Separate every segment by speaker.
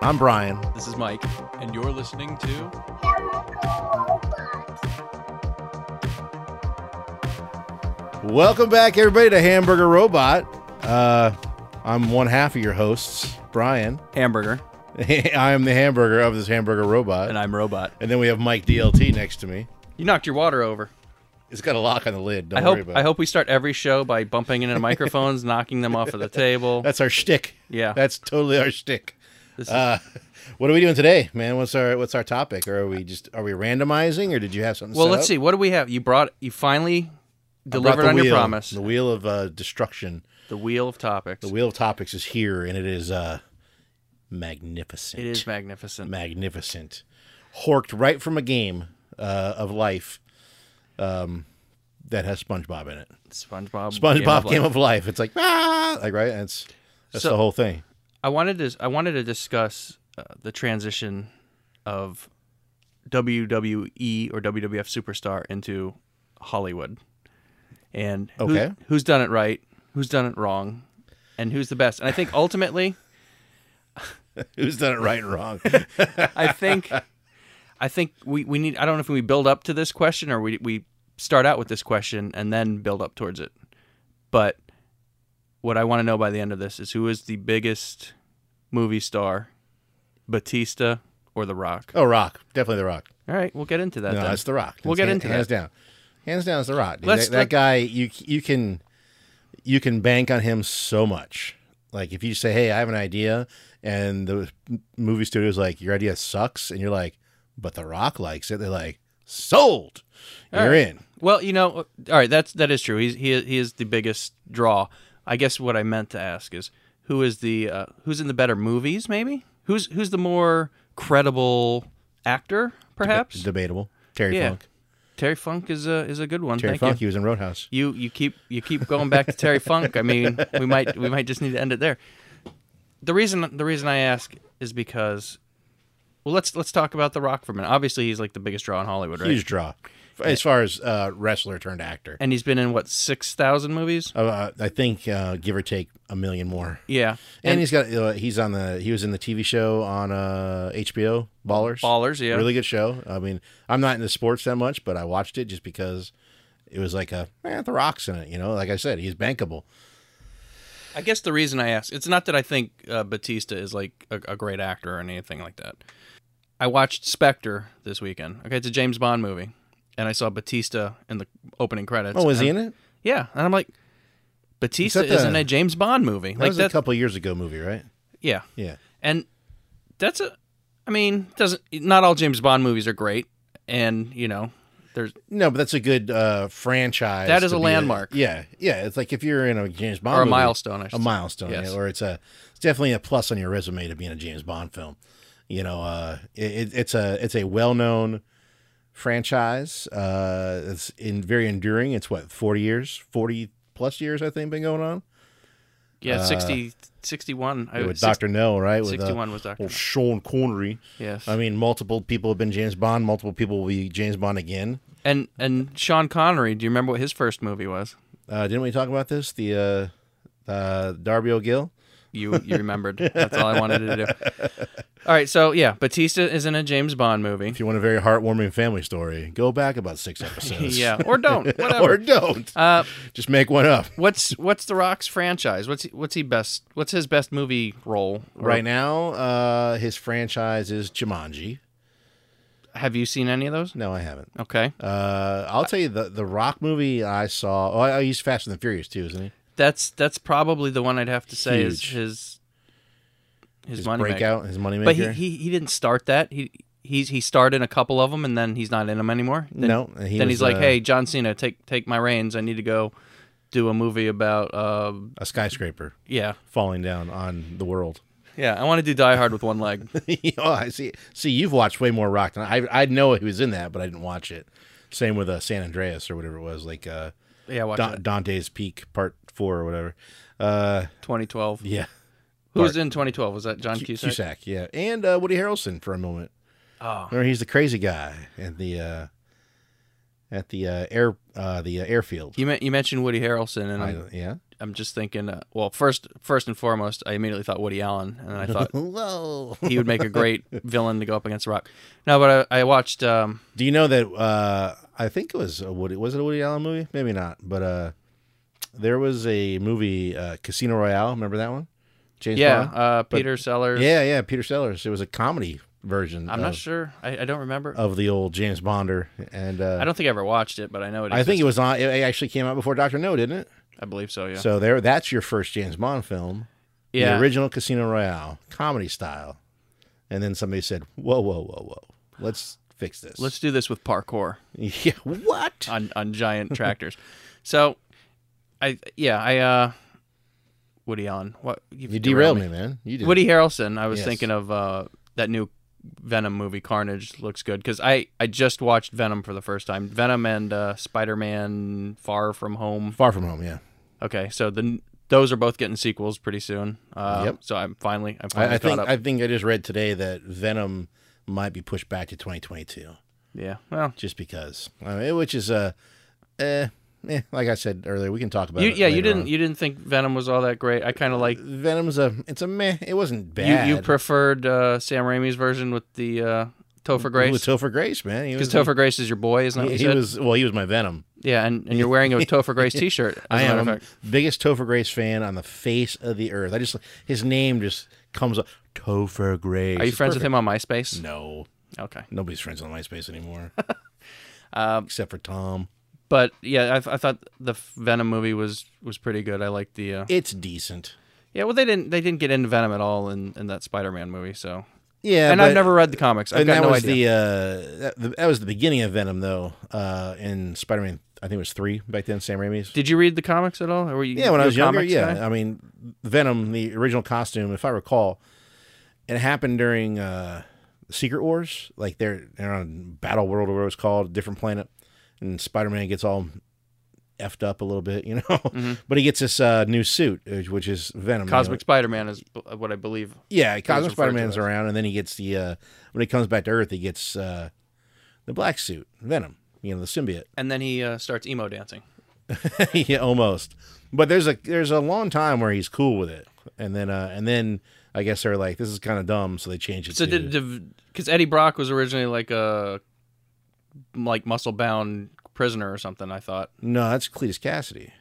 Speaker 1: I'm Brian.
Speaker 2: This is Mike, and you're listening to
Speaker 1: Welcome back, everybody, to Hamburger Robot. Uh, I'm one half of your hosts, Brian.
Speaker 2: Hamburger,
Speaker 1: I am the hamburger of this hamburger robot.
Speaker 2: and
Speaker 1: And,
Speaker 2: I'm Robot.
Speaker 1: then we have Mike DLT next to me.
Speaker 2: You knocked your water over.
Speaker 1: It's got a lock on the lid. Don't
Speaker 2: I
Speaker 1: worry
Speaker 2: hope
Speaker 1: about
Speaker 2: I
Speaker 1: it.
Speaker 2: hope we start every show by bumping into microphones, knocking them off of the table.
Speaker 1: That's our shtick.
Speaker 2: Yeah.
Speaker 1: That's totally our shtick.
Speaker 2: This is-
Speaker 1: Uh, what are we doing today, man? What's our what's our topic? Or are we just are we randomizing or did you have something?
Speaker 2: well,
Speaker 1: set
Speaker 2: let's
Speaker 1: up?
Speaker 2: see. What do we have? You brought you
Speaker 1: I
Speaker 2: finally
Speaker 1: brought
Speaker 2: delivered
Speaker 1: the
Speaker 2: on your
Speaker 1: wheel.
Speaker 2: promise.
Speaker 1: The wheel of uh, destruction.
Speaker 2: The wheel of topics.
Speaker 1: The wheel of topics is here and it is uh magnificent.
Speaker 2: It is magnificent.
Speaker 1: magnificent, horked right from a game uh, of life um, that has SpongeBob in it.
Speaker 2: SpongeBob.
Speaker 1: SpongeBob
Speaker 2: Game
Speaker 1: Game of Life. It's like ah, like right. That's that's
Speaker 2: So-
Speaker 1: the whole thing.
Speaker 2: I wanted to I wanted to discuss uh, the transition of WWE or WWF superstar into Hollywood, and who-
Speaker 1: Okay.
Speaker 2: who's done it right, who's done it wrong, and who's the best. And I think ultimately,
Speaker 1: Who's done it right and wrong?
Speaker 2: I think, I think we, we need. I don't know if we build up to this question or we we start out with this question and then build up towards it. But what I want to know by the end of this is who is the biggest movie star, Batista or The Rock?
Speaker 1: oh, Rock, definitely the Rock.
Speaker 2: All right, we'll get into that.
Speaker 1: No,
Speaker 2: then.
Speaker 1: it's the Rock.
Speaker 2: We'll
Speaker 1: It's
Speaker 2: get
Speaker 1: hand-
Speaker 2: into
Speaker 1: hands down. Hands down is the Rock. dude.
Speaker 2: Let's-
Speaker 1: that, that
Speaker 2: let-
Speaker 1: guy, you you can you can bank on him so much. Like if you say, "Hey, I have an idea," and the movie studio's like, "Your idea sucks," and you're like, "But The Rock likes it," they're like, "Sold,
Speaker 2: All
Speaker 1: you're
Speaker 2: right.
Speaker 1: in."
Speaker 2: Well, you know, all right, that's that is true. He's he he is the biggest draw. I guess what I meant to ask is who is the uh, who's in the better movies? Maybe who's who's the more credible actor? Perhaps
Speaker 1: Debatable. Terry
Speaker 2: Yeah.
Speaker 1: Funk.
Speaker 2: Terry Funk is a is a good one.
Speaker 1: Terry
Speaker 2: Thank
Speaker 1: Funk.
Speaker 2: you.
Speaker 1: He was in Roadhouse.
Speaker 2: You you keep you keep going back to Terry Funk. I mean, we might we might just need to end it there. The reason the reason I ask is because well, let's let's talk about The Rock for a minute. Obviously, he's like the biggest draw in Hollywood, right?
Speaker 1: Huge draw. As far as uh, wrestler turned actor,
Speaker 2: And he's been in what six thousand movies?
Speaker 1: uh, I think uh, give or take a million more.
Speaker 2: Yeah,
Speaker 1: And, he's got uh, he's on the he was in the TV show on uh, HBO Ballers.
Speaker 2: Ballers, yeah.
Speaker 1: Really good show. I mean, I'm not into sports that much, but I watched it just because it was like a eh, the rocks in it. You know, like I said, he's bankable.
Speaker 2: I guess the reason I ask it's not that I think uh, Batista is like a, a great actor or anything like that. I watched Spectre this weekend. Okay, it's a James Bond movie, and I saw Batista in the opening credits.
Speaker 1: oh, is
Speaker 2: and,
Speaker 1: he in it?
Speaker 2: Yeah, and I'm like, Batista
Speaker 1: Is that
Speaker 2: is in
Speaker 1: the-
Speaker 2: a James Bond movie.
Speaker 1: That
Speaker 2: like
Speaker 1: was
Speaker 2: that,
Speaker 1: a couple years ago movie, right?
Speaker 2: yeah,
Speaker 1: Yeah.
Speaker 2: and that's a. I mean, doesn't not all James Bond movies are great, and you know, there's
Speaker 1: No, but that's a good uh, franchise.
Speaker 2: That is
Speaker 1: to
Speaker 2: a
Speaker 1: be
Speaker 2: landmark.
Speaker 1: yeah, yeah. It's like if you're in a James Bond
Speaker 2: or a
Speaker 1: movie,
Speaker 2: milestone. I
Speaker 1: a
Speaker 2: should say.
Speaker 1: milestone,
Speaker 2: Yes.
Speaker 1: yeah, or it's a it's definitely a plus on your resume to be in a James Bond film. You know, uh, it, it's a it's a well known franchise. Uh, it's in very enduring. It's what forty years, forty plus years, I think, been going on.
Speaker 2: yeah, 60, 61. I
Speaker 1: uh, with
Speaker 2: was
Speaker 1: Doctor No, right? With uh,
Speaker 2: sixty-one was Doctor.
Speaker 1: old Sean Connery.
Speaker 2: Yes,
Speaker 1: I mean, multiple people have been James Bond. Multiple people will be James Bond again.
Speaker 2: and and Sean Connery. Do you remember what his first movie was?
Speaker 1: Uh, didn't we talk about this? The uh, uh, Darby O'Gill.
Speaker 2: You you remembered. That's all I wanted to do. All right, so yeah, Batista is in a James Bond movie.
Speaker 1: If you want a very heartwarming family story, go back about six episodes.
Speaker 2: Yeah, or don't
Speaker 1: or
Speaker 2: whatever.
Speaker 1: don't.
Speaker 2: Uh,
Speaker 1: Just make one up.
Speaker 2: what's what's The Rock's franchise? What's he, what's he best? What's his best movie role? Or
Speaker 1: Right now, uh, his franchise is Jumanji.
Speaker 2: Have you seen any of those?
Speaker 1: No, I haven't.
Speaker 2: Okay,
Speaker 1: Uh, I'll tell you the the Rock movie I saw. Oh, I- he's Fast and the Furious too, isn't he?
Speaker 2: that's that's probably the one I'd have to say
Speaker 1: Huge.
Speaker 2: is his his,
Speaker 1: His
Speaker 2: money
Speaker 1: breakout, his moneymaker.
Speaker 2: But he, he he didn't start that. He he's he starred in a couple of them, and then he's not in them anymore. Then-
Speaker 1: no, he
Speaker 2: then
Speaker 1: was,
Speaker 2: he's like,
Speaker 1: uh,
Speaker 2: "Hey, John Cena, take take my reins. I need to go do a movie about uh,
Speaker 1: a skyscraper
Speaker 2: yeah,
Speaker 1: falling down on the world.
Speaker 2: yeah. I want to do Die Hard with one leg.
Speaker 1: oh, I see. See, you've watched way more Rock than I. I know he was in that, but I didn't watch it. Same with uh, San Andreas or whatever it was, like uh,
Speaker 2: Yeah, watch
Speaker 1: Da-
Speaker 2: that.
Speaker 1: Dante's Peak Part Four or whatever. Uh,
Speaker 2: 2012.
Speaker 1: yeah,
Speaker 2: Who was in 2012? Was that John Cusack?
Speaker 1: Cusack, yeah, and uh, Woody Harrelson for a moment.
Speaker 2: Oh,
Speaker 1: Remember, he's the crazy guy and the uh at the uh, air uh, the uh, airfield.
Speaker 2: You, men- you mentioned Woody Harrelson, and
Speaker 1: I
Speaker 2: I'm,
Speaker 1: don't- yeah.
Speaker 2: I'm just thinking. Uh, well, first, first and foremost, I immediately thought Woody Allen, and then I thought
Speaker 1: Whoa.
Speaker 2: he would make a great villain to go up against the Rock. No, but I, I watched. Um,
Speaker 1: Do you know that? Uh, I think it was a Woody. Was it a Woody Allen movie? Maybe not. But uh, there was a movie, uh, Casino Royale. Remember that one? James
Speaker 2: yeah,
Speaker 1: Bond?
Speaker 2: uh, Peter Sellers.
Speaker 1: yeah, Oh. yeah. Peter Sellers. It was a comedy version.
Speaker 2: I'm
Speaker 1: of,
Speaker 2: not sure. I, I don't remember.
Speaker 1: of the old James Bonder, and
Speaker 2: I
Speaker 1: uh,
Speaker 2: don't think I ever watched it, but I know it.
Speaker 1: I, think it
Speaker 2: exists.
Speaker 1: was on. It actually came out before Doctor No, didn't it?
Speaker 2: I believe so. Yeah.
Speaker 1: So there, that's your first James Bond film.
Speaker 2: yeah.
Speaker 1: The original Casino Royale, comedy style, and then somebody said, "Whoa, whoa, whoa, whoa! Let's fix this."
Speaker 2: Let's Uh, do this with parkour
Speaker 1: Yeah. What?
Speaker 2: on on giant tractors. So, I yeah I uh, Woody Allen. What
Speaker 1: You derailed me, man. You did.
Speaker 2: Woody Harrelson. I was
Speaker 1: Yes.
Speaker 2: thinking of uh, that new Venom movie, Carnage. Looks good because I I just watched Venom for the first time. Venom and uh, Spider Man Far From Home.
Speaker 1: Far from home. Yeah.
Speaker 2: Okay, so the those are both getting sequels pretty soon. Uh,
Speaker 1: Yep.
Speaker 2: So I'm finally I'm finally
Speaker 1: I, I
Speaker 2: caught
Speaker 1: think
Speaker 2: up.
Speaker 1: I think I just read today that Venom might be pushed back to 2022
Speaker 2: yeah. Well.
Speaker 1: just because, I mean, which is a, uh, eh, eh, like I said earlier, we can talk about.
Speaker 2: You,
Speaker 1: it
Speaker 2: yeah, you
Speaker 1: later
Speaker 2: didn't
Speaker 1: on.
Speaker 2: you didn't think Venom was all that great. I kind of like
Speaker 1: Venom's a it's a meh. It wasn't
Speaker 2: you,
Speaker 1: bad.
Speaker 2: you preferred uh, Sam Raimi's version with the uh, Topher
Speaker 1: With
Speaker 2: Grace
Speaker 1: Topher Grace, man. He
Speaker 2: because
Speaker 1: was,
Speaker 2: Topher Grace is your boy, isn't that
Speaker 1: he,
Speaker 2: what you
Speaker 1: he
Speaker 2: said?
Speaker 1: was well. He was my Venom.
Speaker 2: yeah, and, and you're wearing a Topher Grace T-shirt. As
Speaker 1: I
Speaker 2: a matter
Speaker 1: am
Speaker 2: of fact.
Speaker 1: biggest Topher Grace fan on the face of the earth. I just his name just comes up. Topher Grace.
Speaker 2: Are you friends with him on MySpace?
Speaker 1: No,
Speaker 2: Okay.
Speaker 1: nobody's friends on MySpace anymore,
Speaker 2: Um,
Speaker 1: except for Tom.
Speaker 2: but yeah, I, th- I thought the Venom movie was was pretty good. I liked the uh,
Speaker 1: It's decent.
Speaker 2: yeah. Well, they didn't they didn't get into Venom at all in, in that Spider-Man movie. So
Speaker 1: Yeah,
Speaker 2: and
Speaker 1: but,
Speaker 2: I've never read the comics. I've
Speaker 1: and
Speaker 2: got
Speaker 1: that
Speaker 2: no
Speaker 1: was
Speaker 2: idea.
Speaker 1: the, uh, that, the that was the beginning of Venom though. Uh, in Spider Man, I think it was three back then. Sam Raimi's.
Speaker 2: Did you read the comics at all? Or were you,
Speaker 1: Yeah, when
Speaker 2: you
Speaker 1: I
Speaker 2: a
Speaker 1: was younger.
Speaker 2: comics
Speaker 1: Yeah,
Speaker 2: guy?
Speaker 1: I mean Venom, the original costume, if I recall, it happened during uh, Secret Wars. Like they're they're on Battle World or whatever it's called, different planet, and Spider Man gets all effed up a little bit, you know. But he gets this uh, new suit, uh, which is Venom. you know.
Speaker 2: Mm-hmm. Cosmic Spider-Man is b- uh, what I believe.
Speaker 1: Yeah, Cosmic
Speaker 2: referred
Speaker 1: Spider
Speaker 2: to
Speaker 1: Man's
Speaker 2: as.
Speaker 1: around, and then he gets the uh, when he comes back to Earth, he gets uh, the black suit, Venom, you know, the symbiote.
Speaker 2: And then he uh, starts emo dancing.
Speaker 1: yeah, almost. But there's a there's a long time where he's cool with it, and then uh, and then I guess they're like, this is kind of dumb, so they change it.
Speaker 2: So
Speaker 1: to,
Speaker 2: did because Eddie Brock was originally like a like muscle bound prisoner or something. I thought.
Speaker 1: no, that's Cletus Cassidy.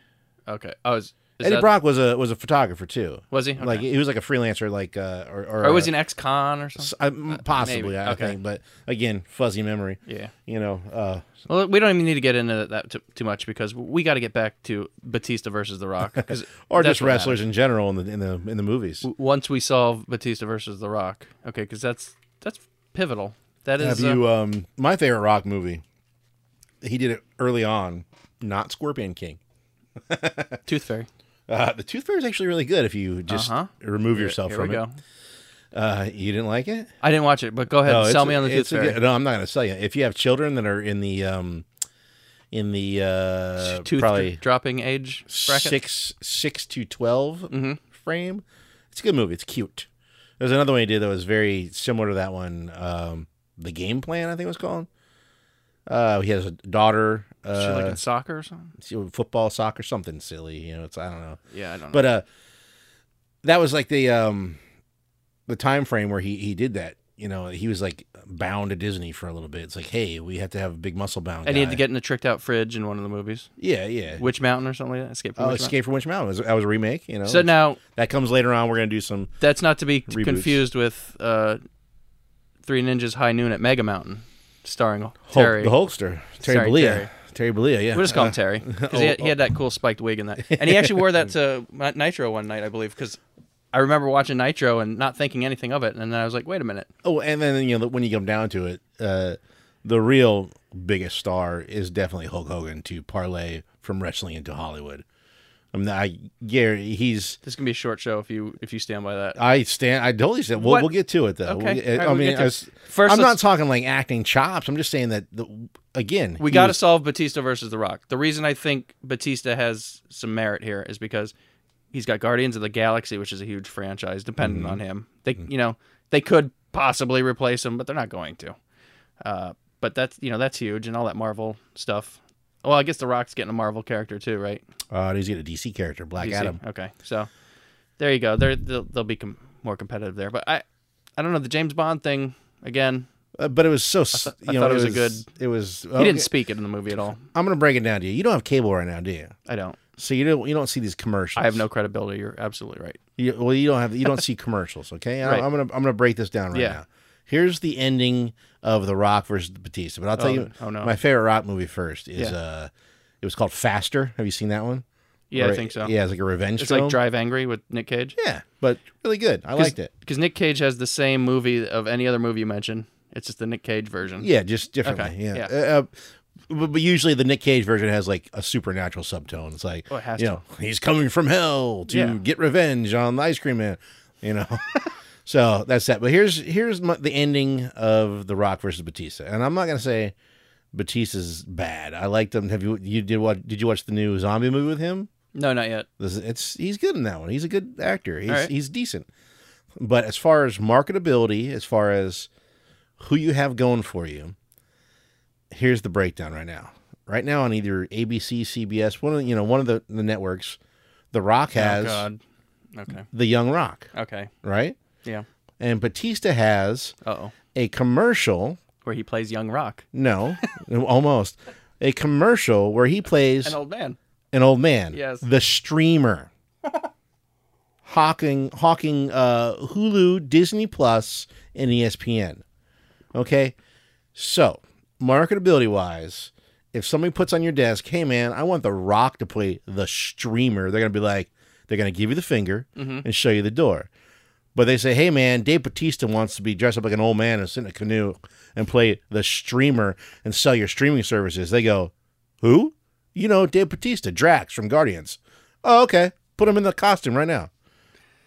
Speaker 2: Okay. Oh, is, is
Speaker 1: Eddie
Speaker 2: that,
Speaker 1: Brock was a was a photographer too.
Speaker 2: was he? Okay.
Speaker 1: Like he was like a freelancer, like uh, or or,
Speaker 2: or was he
Speaker 1: uh,
Speaker 2: an ex-con or something?
Speaker 1: s- uh, possibly,
Speaker 2: maybe.
Speaker 1: I
Speaker 2: Okay.
Speaker 1: think, but again, fuzzy memory.
Speaker 2: Yeah.
Speaker 1: You know, uh,
Speaker 2: Well, we don't even need to get into that too, too much because we got to get back to Batista versus The Rock. 'cause
Speaker 1: or
Speaker 2: that's
Speaker 1: just
Speaker 2: what
Speaker 1: wrestlers in general in the in the in the movies.
Speaker 2: matters. Once we solve Batista versus The Rock, okay, because that's that's pivotal. That
Speaker 1: Have
Speaker 2: is. uh,
Speaker 1: you? Um, my favorite rock movie. He did it early on, not Scorpion King.
Speaker 2: Tooth Fairy.
Speaker 1: Uh, the Tooth Fairy is actually really good if you just
Speaker 2: Uh-huh.
Speaker 1: remove yourself
Speaker 2: Here we
Speaker 1: from it.
Speaker 2: go.
Speaker 1: Uh, you didn't like it? Oh,
Speaker 2: I didn't watch it, but go ahead. and
Speaker 1: it's
Speaker 2: sell
Speaker 1: a-
Speaker 2: me on the Tooth
Speaker 1: it's a
Speaker 2: Fairy.
Speaker 1: good- no, I'm not going to sell you. If you have children that are in the um, in the uh,
Speaker 2: Tooth
Speaker 1: probably
Speaker 2: dropping age bracket. Mm-hmm.
Speaker 1: six six to 12 frame, it's a good movie. It's cute. There's another one he did that was very similar to that one. Um, the Game Plan, I think it was called. Uh, he has a daughter.
Speaker 2: Is she like in
Speaker 1: Uh,
Speaker 2: soccer or something?
Speaker 1: football, soccer, something silly. You know, it's I don't know.
Speaker 2: Yeah, I don't know.
Speaker 1: but uh that was like the um the time frame where he he did that you know he was like bound to disney for a little bit it's like hey we have to have a big muscle bound
Speaker 2: and he had to
Speaker 1: guy.
Speaker 2: get in a tricked out fridge in one of the movies.
Speaker 1: yeah yeah
Speaker 2: Witch Mountain or something like that. Escape from
Speaker 1: oh
Speaker 2: Witch
Speaker 1: escape from witch mountain was, that was a remake you know
Speaker 2: Mountain. So now
Speaker 1: that comes later on we're gonna do some
Speaker 2: that's not to be
Speaker 1: Reboots.
Speaker 2: confused with uh, Three Ninjas High Noon at Mega Mountain, starring
Speaker 1: Hulk,
Speaker 2: Terry.
Speaker 1: the hulkster terry
Speaker 2: Sorry,
Speaker 1: Bollea. terry Bollea, yeah
Speaker 2: We'll just call him Terry because he, had-
Speaker 1: oh,
Speaker 2: he had that cool spiked wig in that, and he actually wore that to Ni- Nitro one night, I believe, because. I remember watching Nitro and not thinking anything of it, and then I was like, "Wait a minute,
Speaker 1: oh and then you know when you come down to it uh the real biggest star is definitely hulk hogan to parlay from wrestling into hollywood i mean i gary he's
Speaker 2: this is gonna be a short show if you if you stand by that."
Speaker 1: I stand. I totally stand. We'll,
Speaker 2: What?
Speaker 1: we'll get to it though. We'll
Speaker 2: Okay.
Speaker 1: get-
Speaker 2: All right,
Speaker 1: I
Speaker 2: we'll
Speaker 1: mean,
Speaker 2: get to
Speaker 1: I
Speaker 2: it.
Speaker 1: was-
Speaker 2: First,
Speaker 1: I'm
Speaker 2: let's-
Speaker 1: not talking like acting chops. I'm just saying that the again
Speaker 2: We
Speaker 1: he
Speaker 2: got to
Speaker 1: was-
Speaker 2: solve Batista versus The Rock. The reason I think Batista has some merit here is because he's got Guardians of the Galaxy, which is a huge franchise dependent
Speaker 1: Mm-hmm.
Speaker 2: on him. They, you know, they could possibly replace him, but they're not going to. Uh, But that's you know that's huge and all that Marvel stuff. Well, I guess The Rock's getting a Marvel character too, right?
Speaker 1: Uh, he's getting a DC character, Black
Speaker 2: DC.
Speaker 1: Adam.
Speaker 2: Okay, so there you go. They're, they'll, they'll be com- more competitive there. But I, I don't know the James Bond thing again.
Speaker 1: Uh, but it was so. s-
Speaker 2: th- I
Speaker 1: you know,
Speaker 2: thought it was a
Speaker 1: It was.
Speaker 2: He
Speaker 1: okay.
Speaker 2: didn't speak it in the movie at all.
Speaker 1: I'm gonna break it down to you. You don't have cable right now, do you?
Speaker 2: I don't.
Speaker 1: So you don't you don't see these commercials.
Speaker 2: I have no credibility. You're absolutely right.
Speaker 1: You, well, you don't have you don't see commercials. Okay, I,
Speaker 2: Right.
Speaker 1: am gonna I'm gonna break this down right
Speaker 2: Yeah.
Speaker 1: now. Here's the ending of The Rock versus Batista. But I'll tell
Speaker 2: Oh,
Speaker 1: you,
Speaker 2: oh, no.
Speaker 1: my favorite Rock movie first is
Speaker 2: Yeah.
Speaker 1: uh, it was called Faster. Have you seen that one?
Speaker 2: Yeah,
Speaker 1: Or
Speaker 2: I
Speaker 1: it-
Speaker 2: think so.
Speaker 1: Yeah, it's like a revenge
Speaker 2: it's
Speaker 1: film.
Speaker 2: like Drive Angry with Nick Cage.
Speaker 1: yeah, but really good. I liked it.
Speaker 2: because Nick Cage has the same movie of any other movie you mentioned. It's just the Nick Cage version.
Speaker 1: Yeah, just differently.
Speaker 2: Okay,
Speaker 1: Yeah.
Speaker 2: yeah.
Speaker 1: Uh, uh, but, but usually the Nick Cage version has like a supernatural subtone. It's like,
Speaker 2: Oh, it has
Speaker 1: you
Speaker 2: to.
Speaker 1: know, he's coming from hell to
Speaker 2: Yeah.
Speaker 1: get revenge on the ice cream man, you know. so that's that. But here's here's my, the ending of The Rock versus Batista. And I'm not going to say Batista's bad. I liked him. Have you you did what did you watch the new zombie movie with him?
Speaker 2: No, not yet.
Speaker 1: This, it's he's good in that one. He's a good actor. He's
Speaker 2: right.
Speaker 1: he's decent. But as far as marketability, as far as who you have going for you, here's the breakdown right now. Right now on either ABC, CBS, one of the, you know one of the, the networks, The Rock
Speaker 2: Oh
Speaker 1: has
Speaker 2: God. Okay.
Speaker 1: The Young Rock,
Speaker 2: Okay.
Speaker 1: right?
Speaker 2: Yeah.
Speaker 1: And Batista has
Speaker 2: Uh oh.
Speaker 1: a commercial.
Speaker 2: Where he plays young Rock,
Speaker 1: No, almost a commercial where he plays
Speaker 2: an old man.
Speaker 1: an old man.
Speaker 2: Yes.
Speaker 1: The streamer. hawking hawking uh, Hulu, Disney Plus, and E ESPN. Okay? So, marketability wise, if somebody puts on your desk, hey man, I want The Rock to play the streamer, they're gonna be like, they're gonna give you the finger and show you the door. But they say, hey man, Dave Batista wants to be dressed up like an old man and sit in a canoe and play the streamer and sell your streaming services. They go, who? You know, Dave Batista, Drax from Guardians. Oh, okay. Put him in the costume right now.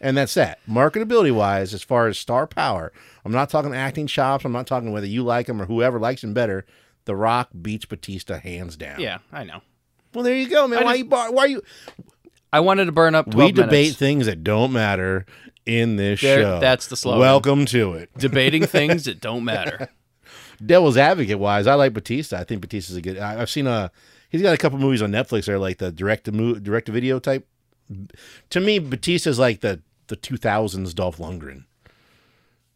Speaker 1: And that's that. Marketability wise, as far as star power, I'm not talking acting chops. I'm not talking whether you like him or whoever likes him better. The Rock beats Batista hands down.
Speaker 2: Yeah, I know.
Speaker 1: Well, there you go, man.
Speaker 2: I
Speaker 1: why
Speaker 2: just-
Speaker 1: you bar- why you?
Speaker 2: I wanted to burn up. 12
Speaker 1: We debate
Speaker 2: minutes.
Speaker 1: things that don't matter in this
Speaker 2: There-
Speaker 1: show.
Speaker 2: that's the slogan.
Speaker 1: Welcome to it.
Speaker 2: debating things that don't matter.
Speaker 1: Devil's advocate wise, I like Batista. I think Batista's a good. I, I've seen a. He's got a couple movies on Netflix that are like the direct to mo- direct to video type. To me, Batista's like the the two thousands Dolph Lundgren.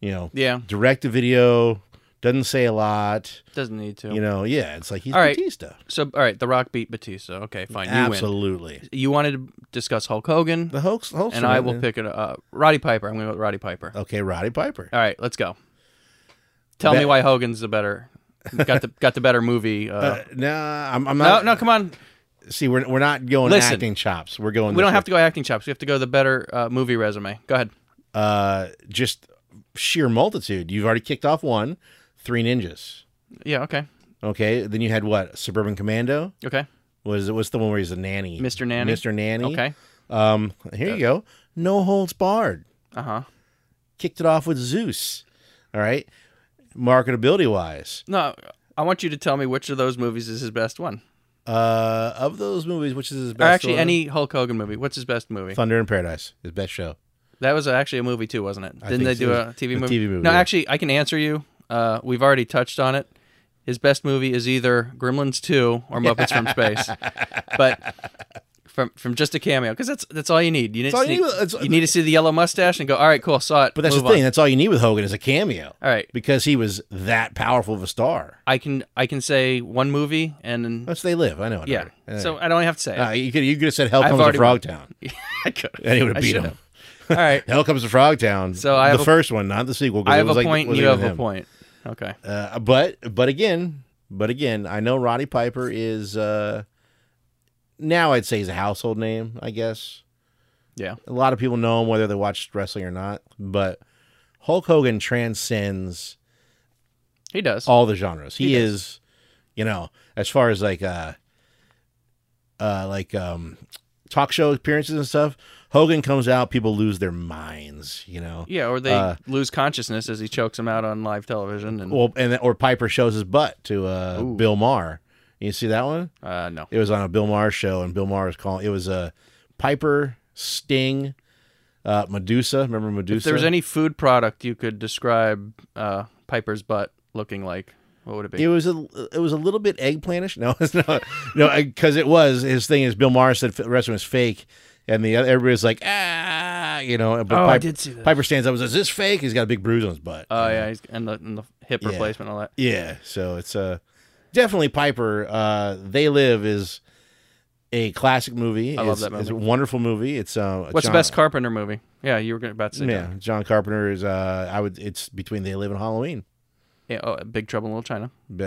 Speaker 1: You know,
Speaker 2: Yeah,
Speaker 1: direct to video doesn't say a lot.
Speaker 2: doesn't need to.
Speaker 1: You know, yeah, it's like he's
Speaker 2: All right.
Speaker 1: Batista.
Speaker 2: So, all right, The Rock beat Batista. Okay, fine. You
Speaker 1: Absolutely,
Speaker 2: win. You wanted to discuss Hulk Hogan,
Speaker 1: the hoax. hoax
Speaker 2: and I
Speaker 1: man.
Speaker 2: will pick it. Uh, Roddy Piper. I'm going to go with Roddy Piper.
Speaker 1: Okay, Roddy Piper.
Speaker 2: All right, let's go. Tell me
Speaker 1: Bet-
Speaker 2: why Hogan's the better. Got the got the better movie. Uh,
Speaker 1: Uh, nah, I'm, I'm
Speaker 2: no,
Speaker 1: not.
Speaker 2: no, come on.
Speaker 1: See, we're we're not going
Speaker 2: Listen.
Speaker 1: acting chops. We're going.
Speaker 2: We
Speaker 1: this
Speaker 2: don't have
Speaker 1: way.
Speaker 2: to go acting chops. We have to go the better uh, movie resume. Go ahead.
Speaker 1: Uh, just sheer multitude. You've already kicked off one, Three Ninjas.
Speaker 2: Yeah. Okay.
Speaker 1: Okay, then you had what? Suburban Commando
Speaker 2: Okay.
Speaker 1: was what's the one where he's a nanny,
Speaker 2: Mr. Nanny?
Speaker 1: Mr. Nanny.
Speaker 2: Okay.
Speaker 1: Um, here you go. No holds barred.
Speaker 2: Uh huh.
Speaker 1: Kicked it off with Zeus. All right. Marketability wise,
Speaker 2: No, I want you to tell me which of those movies is his best one,
Speaker 1: uh, of those movies, which is his
Speaker 2: or
Speaker 1: best?
Speaker 2: actually
Speaker 1: one?
Speaker 2: any Hulk Hogan movie. What's his best movie?
Speaker 1: Thunder in Paradise, his best show.
Speaker 2: That was actually a movie too, wasn't it? Didn't
Speaker 1: think
Speaker 2: they
Speaker 1: so.
Speaker 2: do
Speaker 1: It
Speaker 2: a
Speaker 1: was
Speaker 2: TV
Speaker 1: a
Speaker 2: movie?
Speaker 1: TV movie,
Speaker 2: No,
Speaker 1: yeah.
Speaker 2: actually, I can answer you. Uh, we've already touched on it. His best movie is either Gremlins Two or Muppets from Space, but from from just a cameo because that's that's all you need. You need,
Speaker 1: all
Speaker 2: to
Speaker 1: you
Speaker 2: see-
Speaker 1: need- it's-
Speaker 2: you need to see the yellow mustache and go, all right, cool, saw it.
Speaker 1: But that's
Speaker 2: move
Speaker 1: the thing.
Speaker 2: on."
Speaker 1: That's all you need with Hogan is a cameo.
Speaker 2: All right,
Speaker 1: Because he was that powerful of a star.
Speaker 2: I can I can say one movie and then
Speaker 1: That's they live. I know. I know.
Speaker 2: yeah,
Speaker 1: All
Speaker 2: so
Speaker 1: right.
Speaker 2: I don't have to say. it.
Speaker 1: Uh, you could you could have said Hell
Speaker 2: I've
Speaker 1: comes to
Speaker 2: already-
Speaker 1: Frogtown.
Speaker 2: I could.
Speaker 1: And he would
Speaker 2: I
Speaker 1: have beat
Speaker 2: should've.
Speaker 1: him.
Speaker 2: All right,
Speaker 1: Hell comes to Frogtown.
Speaker 2: So I have
Speaker 1: the
Speaker 2: a-
Speaker 1: first one, not the sequel. 'cause
Speaker 2: I
Speaker 1: it
Speaker 2: have a
Speaker 1: was like-
Speaker 2: point.
Speaker 1: was
Speaker 2: You
Speaker 1: even
Speaker 2: have a
Speaker 1: him.
Speaker 2: point. Okay.
Speaker 1: Uh, but but again, but again, I know Roddy Piper is uh, now I'd say he's a household name. I guess
Speaker 2: Yeah.
Speaker 1: a lot of people know him whether they watch wrestling or not. But Hulk Hogan transcends
Speaker 2: He does.
Speaker 1: all the genres. He,
Speaker 2: He does.
Speaker 1: is, you know, as far as like uh, uh, like um, talk show appearances and stuff. Hogan comes out, people lose their minds. You know,
Speaker 2: Yeah, or they
Speaker 1: Uh,
Speaker 2: lose consciousness as he chokes him out on live television. And
Speaker 1: Well, and or Piper shows his butt to uh,
Speaker 2: Ooh.
Speaker 1: Bill Maher. You see that one?
Speaker 2: uh, no,
Speaker 1: It was on a Bill Maher show, and Bill Maher was calling. It was uh, Piper, Sting, uh, Medusa. Remember Medusa?
Speaker 2: if there was any food product you could describe uh, Piper's butt looking like, What would it be?
Speaker 1: It was a it was a little bit eggplantish. No, it's not. no, because it was his thing is Bill Maher said the rest of it was fake, and the other, everybody's like ah, you know. But
Speaker 2: oh,
Speaker 1: Piper,
Speaker 2: I did see that.
Speaker 1: Piper stands up and says, "Is this fake?" He's got a big bruise on his butt.
Speaker 2: oh yeah, he's, and the and the hip
Speaker 1: Yeah.
Speaker 2: replacement, and all that.
Speaker 1: Yeah, so it's uh, definitely Piper. Uh, they Live is a classic movie.
Speaker 2: I
Speaker 1: it's,
Speaker 2: love that
Speaker 1: It's a
Speaker 2: movie.
Speaker 1: wonderful movie. It's uh,
Speaker 2: What's
Speaker 1: John-
Speaker 2: the best Carpenter movie? Yeah, you were gonna- about to say.
Speaker 1: Yeah,
Speaker 2: Yeah.
Speaker 1: John Carpenter is. Uh, I would. It's between They Live and Halloween.
Speaker 2: yeah. Oh, Big Trouble in Little China.
Speaker 1: Bah,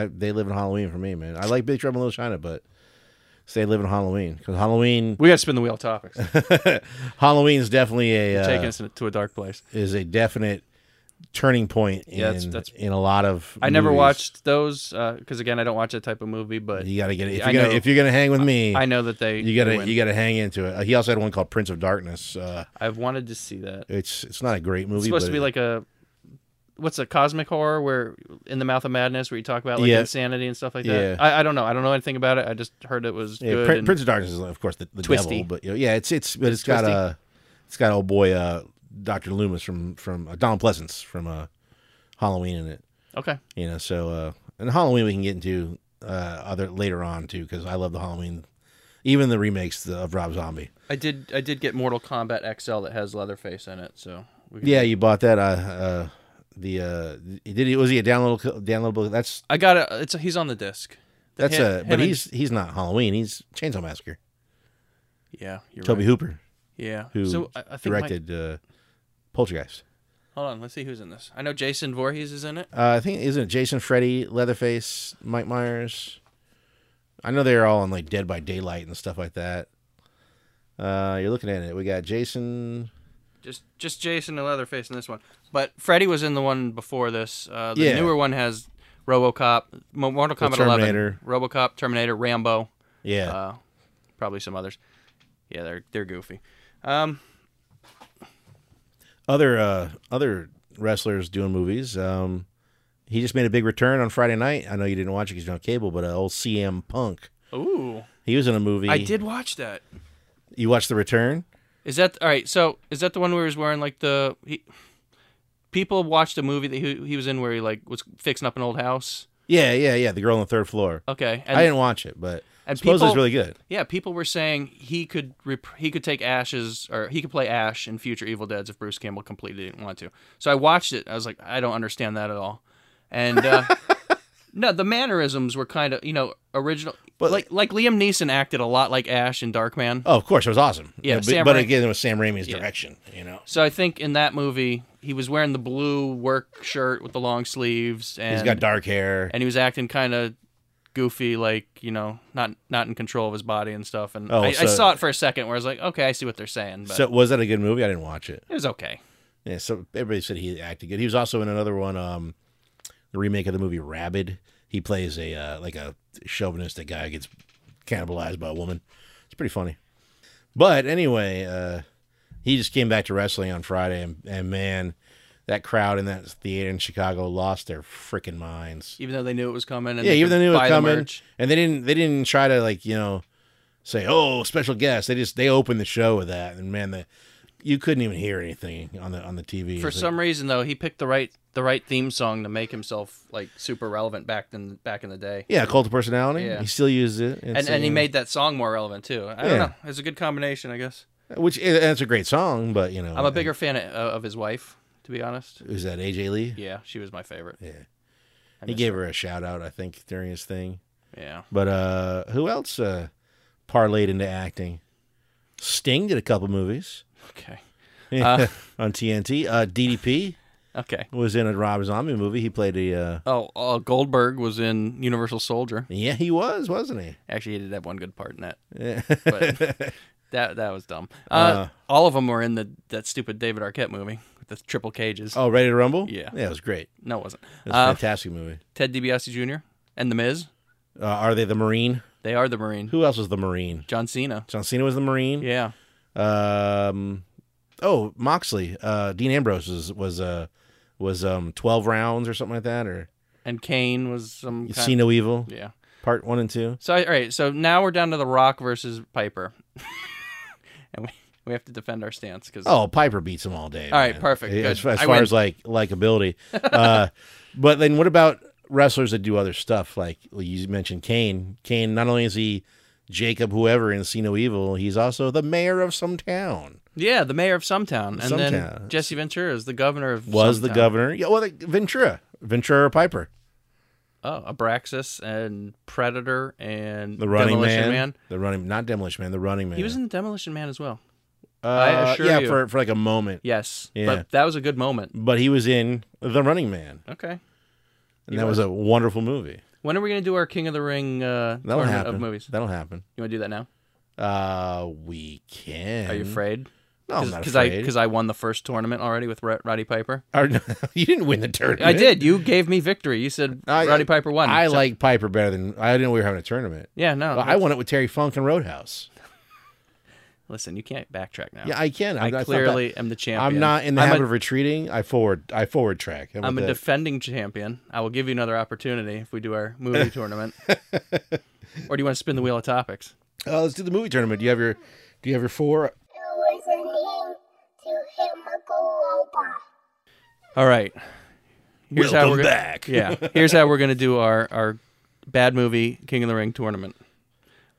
Speaker 1: I, they Live in Halloween for me, man. I like Big Trouble in Little China, but it's They Live in Halloween because Halloween,
Speaker 2: We got to spin the wheel topics.
Speaker 1: Halloween is definitely a uh,
Speaker 2: Taking us in- to a dark place.
Speaker 1: is a definite turning point in
Speaker 2: Yeah, that's- that's-
Speaker 1: in a lot of.
Speaker 2: I never
Speaker 1: movies.
Speaker 2: watched those because again, I don't watch that type of movie. But
Speaker 1: You gotta get it if
Speaker 2: I
Speaker 1: you're gonna
Speaker 2: know.
Speaker 1: if you're gonna hang with me.
Speaker 2: I know that they.
Speaker 1: you
Speaker 2: they
Speaker 1: gotta
Speaker 2: win.
Speaker 1: you gotta hang into it. Uh, He also had one called Prince of Darkness. Uh,
Speaker 2: I've wanted to see that.
Speaker 1: it's it's not a great movie.
Speaker 2: It's supposed
Speaker 1: but
Speaker 2: to be
Speaker 1: it-
Speaker 2: like a what's a cosmic horror where in the mouth of madness where you talk about like
Speaker 1: Yeah.
Speaker 2: insanity and stuff like
Speaker 1: Yeah.
Speaker 2: that. I, I don't know. I don't know anything about it. I just heard it was
Speaker 1: yeah,
Speaker 2: good.
Speaker 1: Prin-
Speaker 2: and-
Speaker 1: Prince of Darkness is of course the, the
Speaker 2: Twisty.
Speaker 1: devil, but you know, yeah, it's it's but
Speaker 2: It's
Speaker 1: it's got
Speaker 2: twisty.
Speaker 1: a it's got old boy uh, Doctor Loomis from from uh, Donald Pleasance from uh, Halloween in it.
Speaker 2: okay.
Speaker 1: You know, so uh, and Halloween we can get into uh, other later on too because I love the Halloween, even the remakes the, of Rob Zombie.
Speaker 2: I did. I did get Mortal Kombat XL that has Leatherface in it. So we can-
Speaker 1: Yeah, you bought that. Uh, uh, the uh, did he was he a downloadable downloadable? That's
Speaker 2: I got a. It's a, he's on the disc.
Speaker 1: that's
Speaker 2: Him-
Speaker 1: a
Speaker 2: him
Speaker 1: but
Speaker 2: and-
Speaker 1: he's he's not Halloween. He's Chainsaw Massacre.
Speaker 2: yeah. You're
Speaker 1: Toby
Speaker 2: right.
Speaker 1: Hooper,
Speaker 2: Yeah.
Speaker 1: who
Speaker 2: so I, I think my-
Speaker 1: directed uh, Poltergeist.
Speaker 2: hold on. Let's see who's in this. I know Jason Voorhees is in it.
Speaker 1: Uh, I think isn't it Jason Freddy, Leatherface, Mike Myers? I know they're all on like Dead by Daylight and stuff like that. Uh, you're looking at it. We got Jason.
Speaker 2: Just just Jason and Leatherface in this one. But Freddy was in the one before this. Uh, the
Speaker 1: Yeah.
Speaker 2: newer one has RoboCop, Mo- Mortal Kombat 11,
Speaker 1: Terminator.
Speaker 2: RoboCop, Terminator, Rambo,
Speaker 1: Yeah,
Speaker 2: uh, probably some others. Yeah, they're they're goofy. Um,
Speaker 1: other uh, other wrestlers doing movies. Um, he just made a big return on Friday night. I know you didn't watch it because you're on cable, but uh, old CM Punk.
Speaker 2: ooh,
Speaker 1: He was in a movie.
Speaker 2: I did watch that.
Speaker 1: You watched the return?
Speaker 2: Is that all right? So is that the one where he was wearing like the he? People watched a movie that he, he was in where he like was fixing up an old house.
Speaker 1: Yeah, yeah, yeah. The girl on the third floor.
Speaker 2: Okay,
Speaker 1: I
Speaker 2: and
Speaker 1: didn't watch it, but
Speaker 2: and
Speaker 1: suppose it's
Speaker 2: people-
Speaker 1: really good.
Speaker 2: yeah, people were saying he could rep- he could take Ash's or he could play Ash in future Evil Dead's if Bruce Campbell completely didn't want to. So I watched it. I was like, I don't understand that at all. And uh, no, the mannerisms were kind of you know original,
Speaker 1: But-
Speaker 2: like like Liam Neeson acted a lot like Ash in Darkman.
Speaker 1: Oh, of course, it was awesome.
Speaker 2: Yeah,
Speaker 1: but,
Speaker 2: Sam
Speaker 1: but
Speaker 2: Ra-
Speaker 1: again, it was Sam Raimi's
Speaker 2: Yeah.
Speaker 1: direction. You know,
Speaker 2: So I think in that movie he was wearing the blue work shirt with the long sleeves, and
Speaker 1: he's got dark hair.
Speaker 2: and he was acting kind of goofy, like you know, not not in control of his body and stuff. And
Speaker 1: Oh,
Speaker 2: I, I
Speaker 1: so-
Speaker 2: saw it for a second where I was like, okay, I see what they're saying, but
Speaker 1: So was that a good movie? I didn't watch it.
Speaker 2: it was okay.
Speaker 1: Yeah, so everybody said he acted good. He was also in another one, um, the remake of the movie Rabid. He plays a uh, like a chauvinistic guy who gets cannibalized by a woman. It's pretty funny. But anyway, uh, he just came back to wrestling on Friday, and, and man, that crowd in that theater in Chicago lost their freaking minds.
Speaker 2: Even though they knew it was coming, and
Speaker 1: yeah,
Speaker 2: they
Speaker 1: even
Speaker 2: could
Speaker 1: though they knew it
Speaker 2: buy
Speaker 1: was
Speaker 2: the
Speaker 1: coming,
Speaker 2: merch.
Speaker 1: and they didn't they didn't try to like you know say oh special guest. They just they opened the show with that, and man, the you couldn't even hear anything on the on the TV.
Speaker 2: For
Speaker 1: It's like-
Speaker 2: some reason, though, he picked the right the right theme song to make himself like super relevant back then back in the day,
Speaker 1: yeah, cult of personality.
Speaker 2: Yeah.
Speaker 1: He still used it, uh,
Speaker 2: and
Speaker 1: so,
Speaker 2: and he
Speaker 1: you know,
Speaker 2: made that song more relevant too. I
Speaker 1: Yeah.
Speaker 2: don't know, it's a good combination, I guess.
Speaker 1: which and it's a great song, but you know uh,
Speaker 2: I'm a bigger fan of, of his wife, to be honest.
Speaker 1: Who's that? AJ Lee.
Speaker 2: Yeah, she was my favorite.
Speaker 1: Yeah.
Speaker 2: I
Speaker 1: He
Speaker 2: miss
Speaker 1: gave her a shout out, I think, during his thing.
Speaker 2: Yeah.
Speaker 1: But uh who else uh parlayed into acting? Sting did a couple movies
Speaker 2: Okay. Uh.
Speaker 1: yeah, on TNT. Uh DDP
Speaker 2: Okay.
Speaker 1: was in a Rob Zombie movie. He played a uh
Speaker 2: Oh, uh, Goldberg was in Universal Soldier.
Speaker 1: Yeah, he was, wasn't he?
Speaker 2: Actually, he did have one good part in that.
Speaker 1: Yeah.
Speaker 2: But that that was dumb. Uh,
Speaker 1: Uh.
Speaker 2: all of them were in the that stupid David Arquette movie with the triple cages.
Speaker 1: oh, Ready to Rumble?
Speaker 2: Yeah.
Speaker 1: Yeah, it was great.
Speaker 2: No, it wasn't.
Speaker 1: It was a
Speaker 2: Uh,
Speaker 1: fantastic movie.
Speaker 2: Ted DiBiase Jr. and The Miz.
Speaker 1: Uh, are they the Marine?
Speaker 2: They are the Marine.
Speaker 1: Who else was the Marine?
Speaker 2: John Cena.
Speaker 1: John Cena was the Marine.
Speaker 2: Yeah.
Speaker 1: Um, oh, Moxley. Uh, Dean Ambrose was was uh, was um twelve rounds or something like that, or
Speaker 2: And Kane was some
Speaker 1: You
Speaker 2: kind
Speaker 1: See No Evil
Speaker 2: Yeah.
Speaker 1: Part One and Two.
Speaker 2: So all right, so now we're down to The Rock versus Piper. and we, we have to defend our stance cuz
Speaker 1: Oh, Piper beats them all day.
Speaker 2: All right,
Speaker 1: man.
Speaker 2: perfect,
Speaker 1: As,
Speaker 2: good.
Speaker 1: as
Speaker 2: I
Speaker 1: far
Speaker 2: win.
Speaker 1: as like likability, uh, but then what about wrestlers that do other stuff, like well, you mentioned Kane. Kane, not only is he Jacob whoever in See No Evil, he's also the mayor of some town.
Speaker 2: Yeah, the mayor of some town, and then
Speaker 1: Sometown.
Speaker 2: Jesse Ventura is the governor of
Speaker 1: Was
Speaker 2: some
Speaker 1: the
Speaker 2: town.
Speaker 1: governor? Yeah, well, like Ventura, Ventura Piper,
Speaker 2: Oh, Abraxas and Predator and
Speaker 1: the Running
Speaker 2: Demolition
Speaker 1: Man, the running not Demolition Man, the Running Man.
Speaker 2: He was in the Demolition Man as well.
Speaker 1: uh,
Speaker 2: I assure
Speaker 1: yeah,
Speaker 2: you.
Speaker 1: for for like a moment,
Speaker 2: Yes,
Speaker 1: Yeah.
Speaker 2: but that was a good moment.
Speaker 1: but he was in the Running Man,
Speaker 2: Okay.
Speaker 1: and that was. a wonderful movie.
Speaker 2: When are we gonna do our King of the Ring uh,
Speaker 1: That'll
Speaker 2: tournament
Speaker 1: happen.
Speaker 2: of movies?
Speaker 1: That'll happen.
Speaker 2: You want to do that now?
Speaker 1: Uh, we can.
Speaker 2: Are you afraid?
Speaker 1: No, I'm not
Speaker 2: I
Speaker 1: afraid.
Speaker 2: because I won the first tournament already with Ro- Roddy Piper.
Speaker 1: Or no, you didn't win the tournament.
Speaker 2: I did. You gave me victory. You said
Speaker 1: I-
Speaker 2: Roddy Piper won.
Speaker 1: I
Speaker 2: So-
Speaker 1: like Piper better than I didn't know we were having a tournament.
Speaker 2: Yeah, no.
Speaker 1: I won it with Terry Funk and Roadhouse.
Speaker 2: listen, you can't backtrack now.
Speaker 1: Yeah, I can. I'm
Speaker 2: I
Speaker 1: not- it's not
Speaker 2: clearly am the
Speaker 1: that-
Speaker 2: champion.
Speaker 1: I'm not in the
Speaker 2: I'm
Speaker 1: habit
Speaker 2: a-
Speaker 1: of retreating. I forward. I forward track. How about
Speaker 2: I'm a
Speaker 1: that?
Speaker 2: defending champion. I will give you another opportunity if we do our movie tournament. Or do you want to spin the wheel of topics?
Speaker 1: Uh, let's do the movie tournament. Do you have your? Do you have your four?
Speaker 3: was a name to him a global.
Speaker 2: All right. Here's how we're
Speaker 1: Welcome
Speaker 2: go-
Speaker 1: back.
Speaker 2: yeah. Here's how we're gonna do our our bad movie King of the Ring tournament.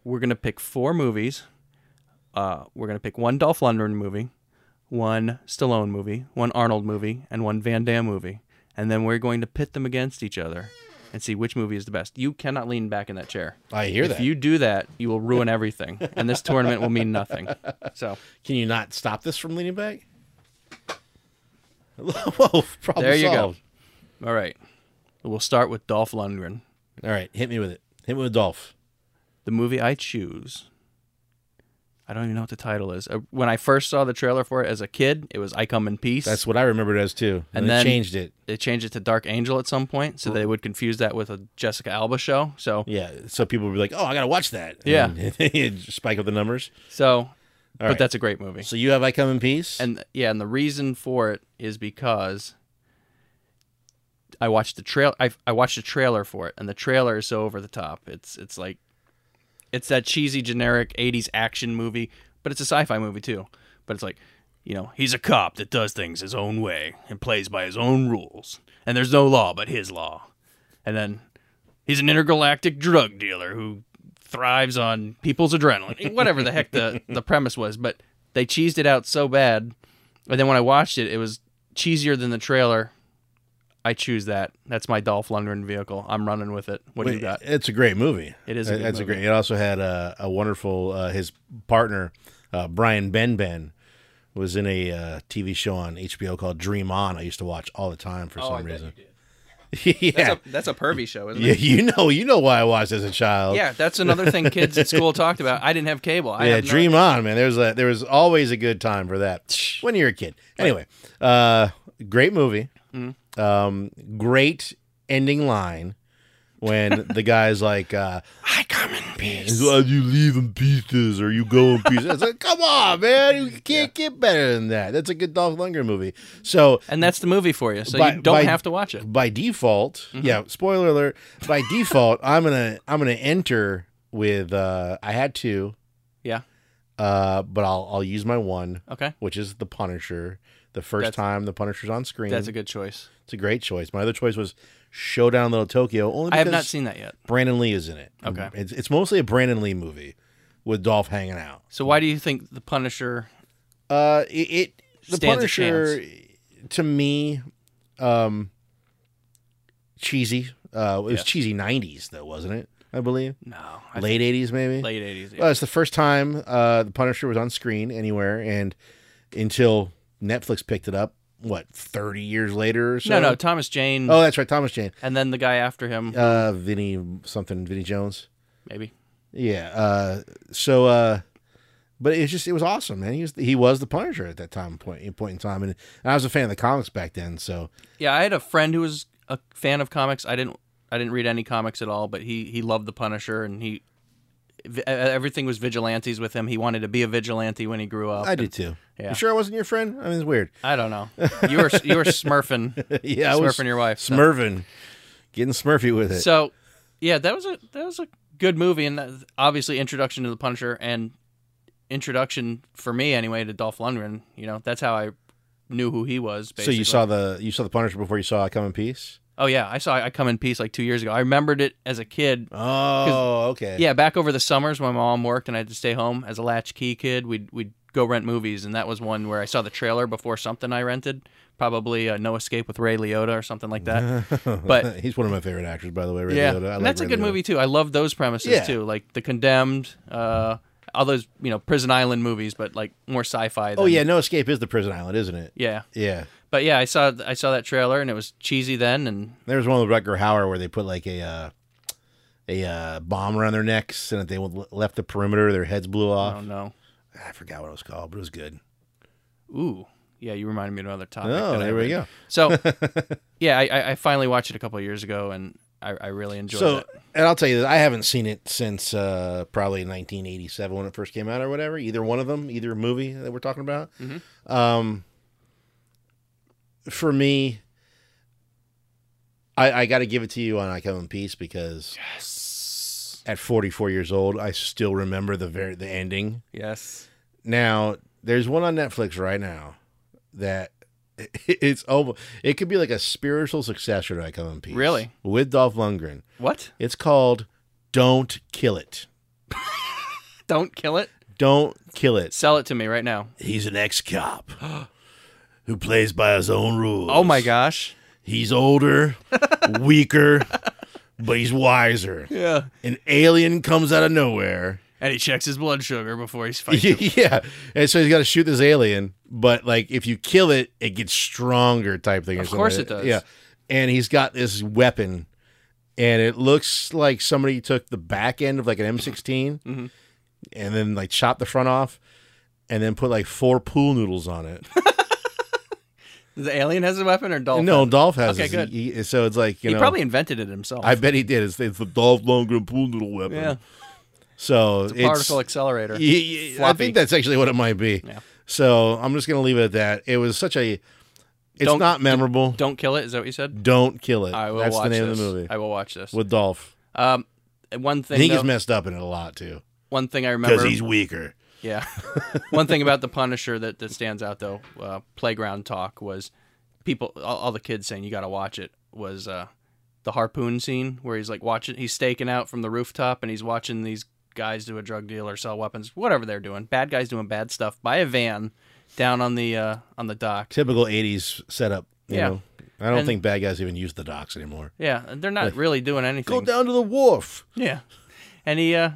Speaker 2: We're gonna pick four movies. Uh, we're gonna pick one Dolph Lundgren movie, one Stallone movie, one Arnold movie, and one Van Damme movie, and then we're going to pit them against each other and see which movie is the best. You cannot lean back in that chair.
Speaker 1: I hear
Speaker 2: if
Speaker 1: that.
Speaker 2: you do that, you will ruin everything, and this tournament will mean nothing. So
Speaker 1: Can you not stop this from leaning back? Whoa! Problem
Speaker 2: there you go.
Speaker 1: solved.
Speaker 2: All right, we'll start with Dolph Lundgren.
Speaker 1: All right, hit me with it. Hit me with Dolph.
Speaker 2: the movie I choose. I don't even know what the title is. Uh, When I first saw the trailer for it as a kid, it was I Come in Peace.
Speaker 1: That's what I remembered as too.
Speaker 2: And
Speaker 1: And,
Speaker 2: then-
Speaker 1: they changed it.
Speaker 2: they changed it to Dark Angel at some point, so they would confuse that with a Jessica Alba show. So,
Speaker 1: Yeah. So people would be like, "Oh, I gotta watch that."
Speaker 2: Yeah.
Speaker 1: And it'd spike up the numbers.
Speaker 2: so, but
Speaker 1: right.
Speaker 2: that's a great movie.
Speaker 1: So you have I come in peace.
Speaker 2: And yeah, and the reason for it is because I watched the trail. I I watched a trailer for it, and the trailer is so over the top. It's it's like it's that cheesy generic '80s action movie, but it's a sci-fi movie too. But it's like you know he's a cop that does things his own way and plays by his own rules, and there's no law but his law. And then he's an intergalactic drug dealer who thrives on people's adrenaline. Whatever the heck the, the premise was, but they cheesed it out so bad. And then when I watched it, it was cheesier than the trailer. I choose that. That's my Dolph Lundgren vehicle. I'm running with it. What do you
Speaker 1: Wait,
Speaker 2: got?
Speaker 1: It's a great movie.
Speaker 2: It is a good
Speaker 1: That's
Speaker 2: movie.
Speaker 1: a great. It also had a, a wonderful. Uh, his partner, uh, Brian Benben, was in a uh, TV show on HBO called Dream On. I used to watch all the time
Speaker 2: Oh,
Speaker 1: for some reason. yeah,
Speaker 2: a, that's a pervy show, isn't
Speaker 1: yeah. You know, you know why I watched as a child.
Speaker 2: Yeah, that's another thing kids at school talked about. I didn't have cable. I
Speaker 1: Yeah,
Speaker 2: have no-
Speaker 1: Dream On, man. There was a, there was always a good time for that when you're a kid. Anyway, uh, great movie.
Speaker 2: Mm-hmm.
Speaker 1: Um, great ending line when the guy's like, uh,
Speaker 2: I come in peace.
Speaker 1: "Why you leave in pieces or you go in pieces?" It's like, come on, man, you can't get better than that. That's a good Dolph Lundgren movie. So
Speaker 2: And that's the movie for you. So
Speaker 1: By-
Speaker 2: you don't
Speaker 1: by-
Speaker 2: have to watch it.
Speaker 1: by default,
Speaker 2: Mm-hmm.
Speaker 1: yeah. Spoiler alert. By default, I'm gonna I'm gonna enter with uh, I had two,
Speaker 2: Yeah.
Speaker 1: uh, but I'll I'll use my one.
Speaker 2: Okay.
Speaker 1: which is the Punisher. The first
Speaker 2: That's-
Speaker 1: time the Punisher's on screen,
Speaker 2: That's a good choice.
Speaker 1: it's a great choice. My other choice was Showdown in Little Tokyo. Only
Speaker 2: I have not
Speaker 1: because
Speaker 2: seen that yet.
Speaker 1: Brandon Lee is in it.
Speaker 2: Okay.
Speaker 1: it's, it's mostly a Brandon Lee movie with Dolph hanging out.
Speaker 2: So why do you think the Punisher?
Speaker 1: Uh, it, it the
Speaker 2: Stands a
Speaker 1: Punisher to me, um, cheesy. Uh, it was
Speaker 2: Yeah.
Speaker 1: cheesy '90s though, wasn't it? I believe
Speaker 2: No, I
Speaker 1: late '80s maybe.
Speaker 2: think late eighties.
Speaker 1: Well, it's the first time uh, the Punisher was on screen anywhere, and until Netflix picked it up, what thirty years later or so.
Speaker 2: no, no, Thomas Jane,
Speaker 1: Oh, that's right, Thomas Jane,
Speaker 2: and then the guy after him,
Speaker 1: uh, Vinny something, Vinny Jones.
Speaker 2: maybe.
Speaker 1: Yeah. Uh, so, uh, but it was just it was awesome, man. He was he was the Punisher at that time point point in time, and, and I was a fan of the comics back then. So
Speaker 2: Yeah, I had a friend who was a fan of comics. I didn't, I didn't read any comics at all, but he he loved the Punisher, and he vi- e, everything was vigilantes with him. He wanted to be a vigilante when he grew up.
Speaker 1: I did too.
Speaker 2: Yeah.
Speaker 1: You sure I wasn't your friend? I mean, it's weird.
Speaker 2: I don't know. You were you were smurfing,
Speaker 1: yeah, I
Speaker 2: smurfing
Speaker 1: was
Speaker 2: your wife. so-
Speaker 1: Smurfing, getting Smurfy with it.
Speaker 2: So, yeah, that was a that was a good movie, and that, obviously introduction to the Punisher and introduction for me anyway to Dolph Lundgren. You know, that's how I knew who he was.
Speaker 1: so
Speaker 2: Basically.
Speaker 1: you saw the you saw the Punisher before you saw I Come in Peace.
Speaker 2: Oh yeah, I saw I Come in Peace like two years ago. I remembered it as a kid.
Speaker 1: Oh, okay.
Speaker 2: Yeah, back over the summers when my mom worked and I had to stay home as a latchkey kid, we'd we'd go rent movies, and that was one where I saw the trailer before something I rented, probably uh, No Escape with Ray Liotta or something like that. but-
Speaker 1: Uh, he's one of my favorite actors, by the way. Ray
Speaker 2: yeah,
Speaker 1: Liotta. I
Speaker 2: and
Speaker 1: like
Speaker 2: that's
Speaker 1: Ray
Speaker 2: a good
Speaker 1: Liotta.
Speaker 2: movie too. I love those premises
Speaker 1: Yeah.
Speaker 2: too, like The Condemned, uh, all those you know prison island movies, but like more sci-fi. Than,
Speaker 1: Oh yeah, No Escape is the prison island, isn't it?
Speaker 2: yeah.
Speaker 1: Yeah.
Speaker 2: But yeah, I saw I saw that trailer and it was cheesy then, and
Speaker 1: There was one with Rutger Hauer where they put like a uh, a uh, bomb around their necks, and if they le- left the perimeter, their heads blew
Speaker 2: I
Speaker 1: off.
Speaker 2: don't know.
Speaker 1: I forgot what it was called, but it was good.
Speaker 2: Ooh, yeah, you reminded me of another topic.
Speaker 1: Oh,
Speaker 2: that I
Speaker 1: there we
Speaker 2: read.
Speaker 1: go.
Speaker 2: So, yeah, I- I, I finally watched it a couple of years ago, and I, I really enjoyed
Speaker 1: So,
Speaker 2: it.
Speaker 1: and I'll tell you this: I haven't seen it since uh, probably 1987 when it first came out, or whatever. Either one of them, either movie that we're talking about.
Speaker 2: Mhm.
Speaker 1: Um, for me, I, I got to give it to you on "I Come in Peace" because
Speaker 2: Yes.
Speaker 1: at 44 years old, I still remember the very the ending.
Speaker 2: Yes.
Speaker 1: Now, there's one on Netflix right now that it's almost it could be like a spiritual successor to "I Come in Peace."
Speaker 2: Really?
Speaker 1: with Dolph Lundgren.
Speaker 2: What?
Speaker 1: It's called "Don't Kill It."
Speaker 2: Don't kill it.
Speaker 1: Don't kill it.
Speaker 2: Sell it to me right now.
Speaker 1: He's an ex cop who plays by his own rules.
Speaker 2: Oh my gosh.
Speaker 1: He's older, weaker, but he's wiser.
Speaker 2: Yeah.
Speaker 1: An alien comes out of nowhere.
Speaker 2: And he checks his blood sugar before he's fighting.
Speaker 1: yeah. And so he's got to shoot this alien, but like if you kill it, it gets stronger type thing. or
Speaker 2: Of
Speaker 1: something
Speaker 2: course
Speaker 1: like
Speaker 2: it
Speaker 1: that.
Speaker 2: does.
Speaker 1: Yeah. And he's got this weapon, and it looks like somebody took the back end of like an M16
Speaker 2: Mhm.
Speaker 1: and then like chopped the front off and then put like four pool noodles on it.
Speaker 2: the alien has a weapon or dolphin?
Speaker 1: No, Dolph has.
Speaker 2: Okay,
Speaker 1: his.
Speaker 2: good.
Speaker 1: He- he- so it's like you
Speaker 2: he
Speaker 1: know,
Speaker 2: probably invented it himself.
Speaker 1: I bet he did. It's, it's the Dolph Lundgren pool noodle weapon.
Speaker 2: Yeah.
Speaker 1: So
Speaker 2: It's a particle accelerator.
Speaker 1: y- y- I
Speaker 2: Floppy.
Speaker 1: think that's actually what it might be.
Speaker 2: Yeah.
Speaker 1: So I'm just gonna leave it at that. It was such a. It's
Speaker 2: Don't-
Speaker 1: not memorable. Don't,
Speaker 2: Don't kill it. Is that what you said?
Speaker 1: kill it.
Speaker 2: I will
Speaker 1: that's
Speaker 2: watch
Speaker 1: the name
Speaker 2: this.
Speaker 1: of the movie
Speaker 2: I will watch this.
Speaker 1: with Dolph.
Speaker 2: Um, one
Speaker 1: I
Speaker 2: thing.
Speaker 1: think
Speaker 2: though-
Speaker 1: he's messed up in it a lot too
Speaker 2: one thing I
Speaker 1: because
Speaker 2: remember.
Speaker 1: he's weaker.
Speaker 2: Yeah. One thing about the Punisher that, that stands out though, uh, playground talk was people, all, all the kids saying you got to watch it was uh, the harpoon scene where he's like watching, he's staking out from the rooftop and he's watching these guys do a drug deal or sell weapons, whatever they're doing. Bad guys doing bad stuff by a van down on the uh, on the dock.
Speaker 1: Typical '80s setup. You
Speaker 2: Yeah.
Speaker 1: Know? I don't
Speaker 2: And-
Speaker 1: think bad guys even use the docks anymore.
Speaker 2: Yeah, and they're not really doing
Speaker 1: Go
Speaker 2: anything.
Speaker 1: down to the wharf.
Speaker 2: Yeah, and he uh,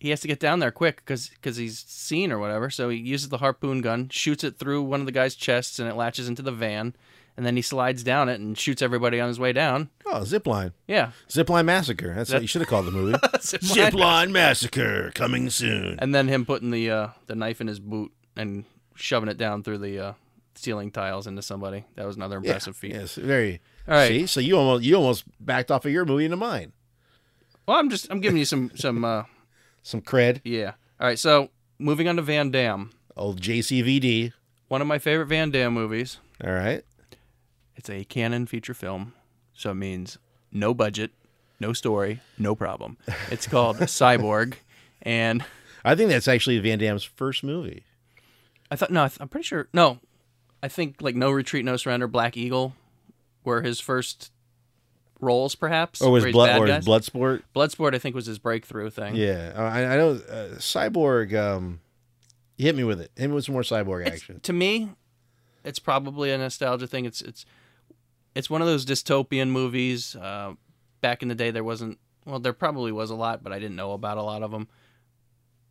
Speaker 2: he has to get down there quick because he's seen or whatever. So he uses the harpoon gun, shoots it through one of the guy's chests, and it latches into the van. And then he slides down it and shoots everybody on his way down.
Speaker 1: Oh, zipline.
Speaker 2: Yeah,
Speaker 1: Zipline Massacre. That's what
Speaker 2: That-
Speaker 1: you should have called the movie.
Speaker 2: Zip line.
Speaker 1: Zipline Massacre coming soon.
Speaker 2: and then him putting the uh, the knife in his boot and shoving it down through the uh, ceiling tiles into somebody. That was another impressive feat.
Speaker 1: Yes, very.
Speaker 2: All right.
Speaker 1: See, so you almost you almost backed off of your movie into mine.
Speaker 2: Well, I'm just I'm giving you some some uh,
Speaker 1: Some cred,
Speaker 2: yeah. All right, so moving on to Van Damme,
Speaker 1: old JCVD.
Speaker 2: one of my favorite Van Damme movies.
Speaker 1: All right.
Speaker 2: It's a canon feature film, so it means no budget, no story, no problem. It's called Cyborg, and
Speaker 1: I think that's actually Van Damme's first movie.
Speaker 2: I thought no, I th- I'm pretty sure no, I think like No Retreat, No Surrender, Black Eagle, were his first roles, perhaps.
Speaker 1: Or Oh, was
Speaker 2: where he's
Speaker 1: blood
Speaker 2: bad
Speaker 1: or
Speaker 2: guys. Oh.
Speaker 1: was Bloodsport?
Speaker 2: Bloodsport, I think, was his breakthrough thing.
Speaker 1: Yeah, Uh, I, I know. Uh, cyborg. Um, you hit me with it. Hit me with some more cyborg
Speaker 2: It's-
Speaker 1: action.
Speaker 2: to me, it's probably a nostalgia thing. It's it's it's one of those dystopian movies. Uh, back in the day, there wasn't well, there probably was a lot, but I didn't know about a lot of them.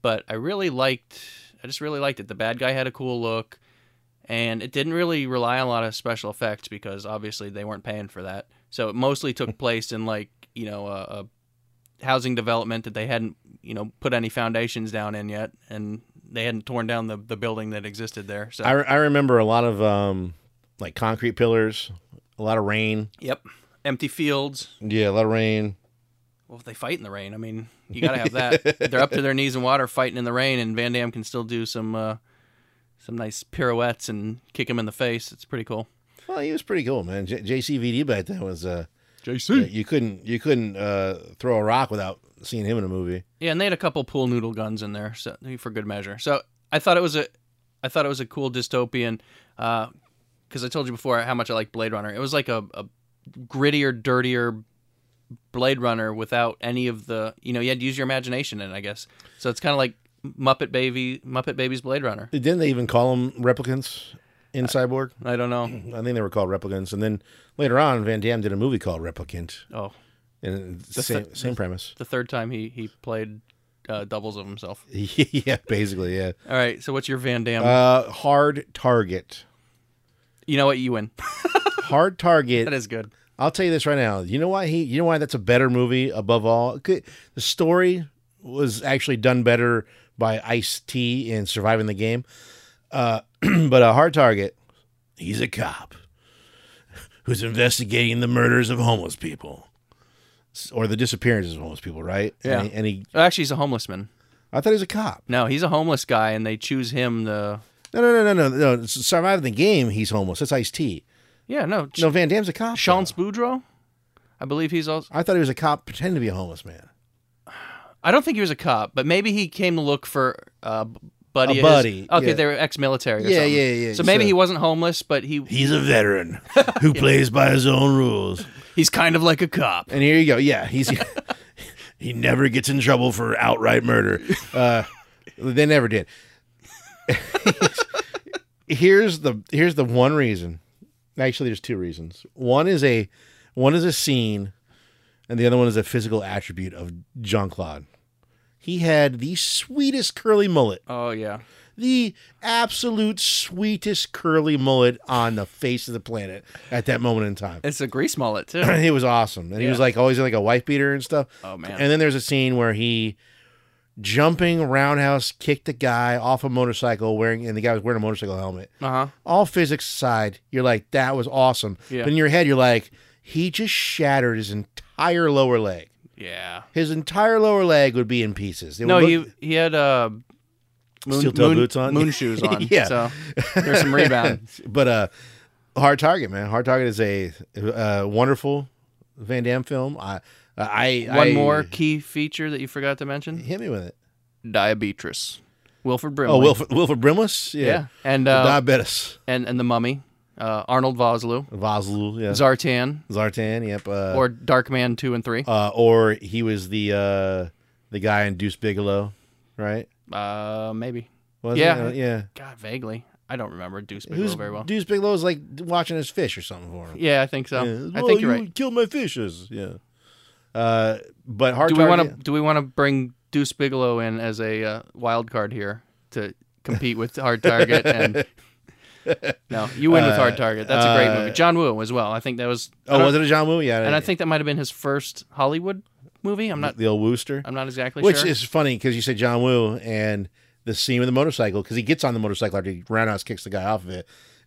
Speaker 2: But I really liked. I just really liked it. The bad guy had a cool look, and it didn't really rely on a lot of special effects because obviously they weren't paying for that. So it mostly took place in like you know a, a housing development that they hadn't you know put any foundations down in yet, and they hadn't torn down the, the building that existed there. So
Speaker 1: I, re- I remember a lot of um, like concrete pillars, a lot of rain.
Speaker 2: Yep. Empty fields.
Speaker 1: Yeah, a lot of rain.
Speaker 2: Well, if they fight in the rain, I mean, you gotta have that. They're up to their knees in water, fighting in the rain, and Van Damme can still do some uh, some nice pirouettes and kick him in the face. It's pretty cool.
Speaker 1: Well, he was pretty cool, man. J- JCVD back then was uh,
Speaker 2: JC.
Speaker 1: you couldn't you couldn't uh, throw a rock without seeing him in a movie.
Speaker 2: Yeah, and they had a couple pool noodle guns in there, so for good measure. So I thought it was a, uh, I thought it was a cool dystopian, because I told you before how much I like Blade Runner. It was like a, a grittier, dirtier Blade Runner without any of the you know you had to use your imagination in it, I guess. So it's kind of like Muppet Baby, Muppet Babies Blade Runner.
Speaker 1: Didn't they even call them replicants in Cyborg?
Speaker 2: I don't know.
Speaker 1: I think they were called replicants. And then later on, Van Damme did a movie called Replicant,
Speaker 2: Oh,
Speaker 1: and it's the same
Speaker 2: th-
Speaker 1: same premise.
Speaker 2: the third time he he played uh, doubles of himself.
Speaker 1: yeah, basically, yeah.
Speaker 2: All right, so what's your Van Damme?
Speaker 1: Uh, hard target.
Speaker 2: you know what? You win.
Speaker 1: Hard target.
Speaker 2: that is good.
Speaker 1: I'll tell you this right now. You know why he? You know why that's a better movie above all? Good- The story was actually done better by Ice T in Surviving the Game. Uh, but a hard target. He's a cop who's investigating the murders of homeless people S- or the disappearances of homeless people, right?
Speaker 2: Yeah.
Speaker 1: And he, and he-
Speaker 2: Oh, Actually, he's a homeless man.
Speaker 1: I thought he was a cop.
Speaker 2: No, he's a homeless guy, and they choose him. The
Speaker 1: No, no, no, no, no, no. S- Surviving the Game, he's homeless. That's Ice T.
Speaker 2: yeah, no, Ch-
Speaker 1: No, Van Damme's a cop.
Speaker 2: Sean
Speaker 1: though.
Speaker 2: Spudro. I believe he's also.
Speaker 1: I thought he was a cop pretending to be a homeless man.
Speaker 2: I don't think he was a cop, but maybe he came to look for uh, b- buddy.
Speaker 1: A
Speaker 2: of his-
Speaker 1: buddy,
Speaker 2: Okay,
Speaker 1: yeah.
Speaker 2: they were ex-military. Or
Speaker 1: Yeah,
Speaker 2: something.
Speaker 1: yeah, yeah,
Speaker 2: So maybe
Speaker 1: so-
Speaker 2: he wasn't homeless, but he
Speaker 1: He's a veteran who plays by his own rules.
Speaker 2: he's kind of like a cop.
Speaker 1: And here you go. Yeah, he's he never gets in trouble for outright murder. Uh, they never did. here's the here's the one reason. Actually, there's two reasons. One is a one is a scene, and the other one is a physical attribute of Jean Claude. He had the sweetest curly mullet,
Speaker 2: Oh yeah,
Speaker 1: the absolute sweetest curly mullet on the face of the planet at that moment in time.
Speaker 2: it's a grease mullet too.
Speaker 1: he was awesome, and he was
Speaker 2: Yeah.
Speaker 1: like always in like a wife beater and stuff.
Speaker 2: Oh man,
Speaker 1: And then there's a scene where he jumping roundhouse kicked a guy off a motorcycle wearing, and the guy was wearing a motorcycle helmet.
Speaker 2: uh huh.
Speaker 1: All physics aside, you're like that was awesome,
Speaker 2: Yeah.
Speaker 1: but in your head you're like he just shattered his entire lower leg.
Speaker 2: Yeah.
Speaker 1: His entire lower leg would be in pieces. It
Speaker 2: No,
Speaker 1: would look-
Speaker 2: he he had uh, moon,
Speaker 1: Steel-toed
Speaker 2: moon-
Speaker 1: boots on?
Speaker 2: moon shoes on.
Speaker 1: Yeah.
Speaker 2: so there's some rebound.
Speaker 1: but uh, Hard Target, man. Hard Target is a uh, wonderful Van Damme film. I, I,
Speaker 2: One
Speaker 1: I-
Speaker 2: more key feature that you forgot to mention:
Speaker 1: Hit me with it.
Speaker 2: diabetes. Wilfred Brimley.
Speaker 1: Oh, Wilford, Wilford Brimless?
Speaker 2: Yeah.
Speaker 1: Yeah.
Speaker 2: and uh,
Speaker 1: Diabetes.
Speaker 2: and and the Mummy, uh, Arnold Vosloo,
Speaker 1: Vazlu, yeah.
Speaker 2: Zartan,
Speaker 1: Zartan, yep. Uh,
Speaker 2: or Dark Man two and three.
Speaker 1: uh, or he was the uh, the guy in Deuce Bigelow, right?
Speaker 2: Uh, maybe.
Speaker 1: Was
Speaker 2: Yeah.
Speaker 1: It? Uh, Yeah.
Speaker 2: God, vaguely. I don't remember Deuce Bigelow
Speaker 1: Who's
Speaker 2: very well.
Speaker 1: Deuce Bigelow's like watching his fish or something for him.
Speaker 2: yeah, I think so.
Speaker 1: Yeah.
Speaker 2: I
Speaker 1: Well,
Speaker 2: think you're
Speaker 1: you
Speaker 2: right.
Speaker 1: Killed my fishes. Yeah. Uh, but hard
Speaker 2: Do we want to
Speaker 1: target-
Speaker 2: do we want to bring Deuce Bigelow in as a uh, wild card here to compete with Hard Target? And no, you win with
Speaker 1: Uh,
Speaker 2: Hard Target. That's a great
Speaker 1: uh,
Speaker 2: movie. John Woo as well. I think that was. I
Speaker 1: Oh,
Speaker 2: don't-
Speaker 1: was it a John Woo? Yeah.
Speaker 2: And I think that might have been his first Hollywood movie. I'm not.
Speaker 1: the old Wooster.
Speaker 2: I'm not exactly
Speaker 1: Which
Speaker 2: sure.
Speaker 1: is funny because you say John Woo and the scene with the motorcycle because he gets on the motorcycle after he roundhouse kicks the guy off of it,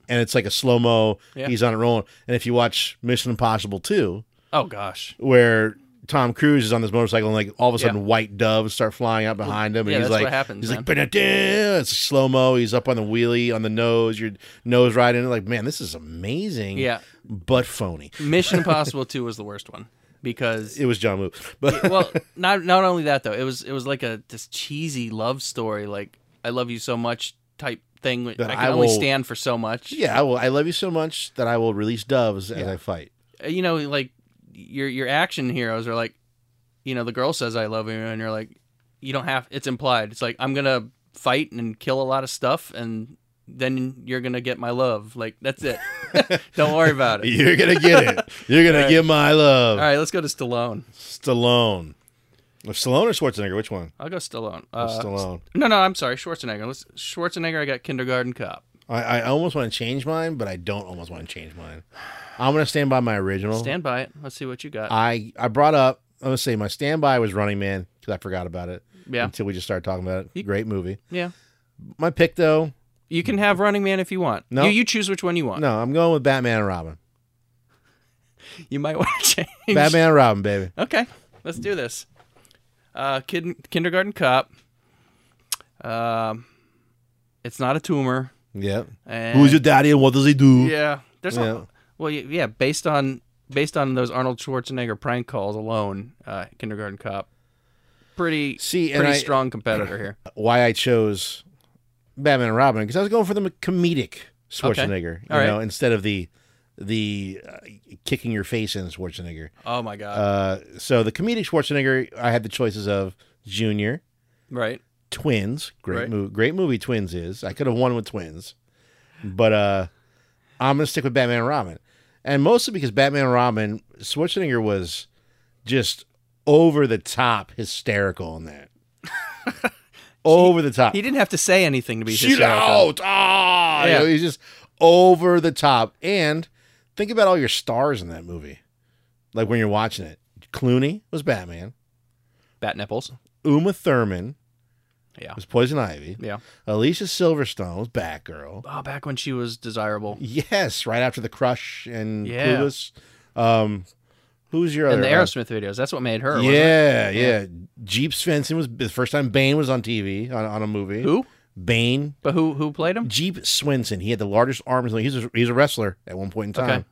Speaker 1: and it's like a slow mo.
Speaker 2: Yeah.
Speaker 1: He's on it rolling. And if you watch Mission Impossible Two,
Speaker 2: oh gosh.
Speaker 1: where Tom Cruise is on this motorcycle and like all of a
Speaker 2: Yeah.
Speaker 1: sudden white doves start flying out behind him, and
Speaker 2: yeah,
Speaker 1: he's
Speaker 2: that's
Speaker 1: like,
Speaker 2: what happens,
Speaker 1: he's like,
Speaker 2: man.
Speaker 1: "Ba-da-da!" it's slow mo. He's up on the wheelie on the nose, your nose right in it. Like, man, this is amazing.
Speaker 2: Yeah.
Speaker 1: but phony.
Speaker 2: Mission Impossible Two was the worst one because
Speaker 1: It was John Woo, but
Speaker 2: well, not not only that though. It was it was like a this cheesy love story, like I love you so much type thing. I can
Speaker 1: I
Speaker 2: only
Speaker 1: will-
Speaker 2: stand for so much.
Speaker 1: yeah, I will. I love you so much that I will release doves as I fight.
Speaker 2: Uh, You know, like your your action heroes are like, you know, the girl says I love you, and you're like, you don't have. It's implied. It's like I'm gonna fight and kill a lot of stuff, and then you're gonna get my love. Like that's it. don't worry about it.
Speaker 1: You're gonna get it. You're gonna get my love,
Speaker 2: All right, let's go to Stallone.
Speaker 1: Stallone. Or Stallone or Schwarzenegger? Which one?
Speaker 2: I'll go Stallone. Uh,
Speaker 1: Stallone.
Speaker 2: No, no, I'm sorry, Schwarzenegger. Let's, Schwarzenegger. I got Kindergarten Cop.
Speaker 1: I, I almost want to change mine, but I don't almost want to change mine. I'm gonna stand by my original.
Speaker 2: Stand by it. Let's see what you got.
Speaker 1: Oh. I I brought up. I'm gonna say my standby was Running Man because I forgot about it.
Speaker 2: Yeah.
Speaker 1: Until we just started talking about it. Great movie.
Speaker 2: Yeah.
Speaker 1: My pick though.
Speaker 2: You can have Running Man if you want.
Speaker 1: No.
Speaker 2: You, you choose which one you want.
Speaker 1: No, I'm going with Batman and Robin.
Speaker 2: You might want to change.
Speaker 1: Batman and Robin, baby.
Speaker 2: Okay. Let's do this. Uh, kid, kindergarten cop. Um, it's not a tumor.
Speaker 1: Yeah.
Speaker 2: And
Speaker 1: Who's your daddy and what does he do?
Speaker 2: Yeah. There's yeah.
Speaker 1: Yeah.
Speaker 2: well, y- yeah. Based on based on those Arnold Schwarzenegger prank calls alone, uh, kindergarten cop. Pretty
Speaker 1: See, and
Speaker 2: pretty
Speaker 1: I-
Speaker 2: strong competitor here.
Speaker 1: why I chose Batman and Robin because I was going for the comedic Schwarzenegger, you
Speaker 2: All right.
Speaker 1: know, instead of the the uh, kicking your face in Schwarzenegger.
Speaker 2: Oh my god.
Speaker 1: Uh, so the comedic Schwarzenegger, I had the choices of Junior,
Speaker 2: right.
Speaker 1: Twins, great
Speaker 2: Right.
Speaker 1: movie, great movie. Twins is I could have won with Twins, but uh, I'm gonna stick with Batman and Robin, and mostly because Batman and Robin, Schwarzenegger was just over the top hysterical in that, over the top.
Speaker 2: He didn't have to say anything to be
Speaker 1: Shoot
Speaker 2: hysterical.
Speaker 1: out! Ah, You know,
Speaker 2: Yeah.
Speaker 1: he's just over the top. And think about all your stars in that movie. Like when you're watching it, Clooney was Batman.
Speaker 2: Bat nipples.
Speaker 1: Uma Thurman,
Speaker 2: Yeah.
Speaker 1: was Poison Ivy.
Speaker 2: Yeah.
Speaker 1: Alicia Silverstone was Batgirl.
Speaker 2: Oh, back when she was desirable.
Speaker 1: Yes, right after the Crush and
Speaker 2: Yeah.
Speaker 1: Clueless. Um, who's your
Speaker 2: And
Speaker 1: other?
Speaker 2: the
Speaker 1: uh,
Speaker 2: Aerosmith videos. That's what made her. wasn't it?
Speaker 1: yeah, yeah. Jeep Svensson was the first time Bane was on TV on, on a movie.
Speaker 2: Who?
Speaker 1: Bane
Speaker 2: But who who played him?
Speaker 1: Jeep Swinson. He had the largest arms. He's a, he's a wrestler at one point in
Speaker 2: Okay.
Speaker 1: time.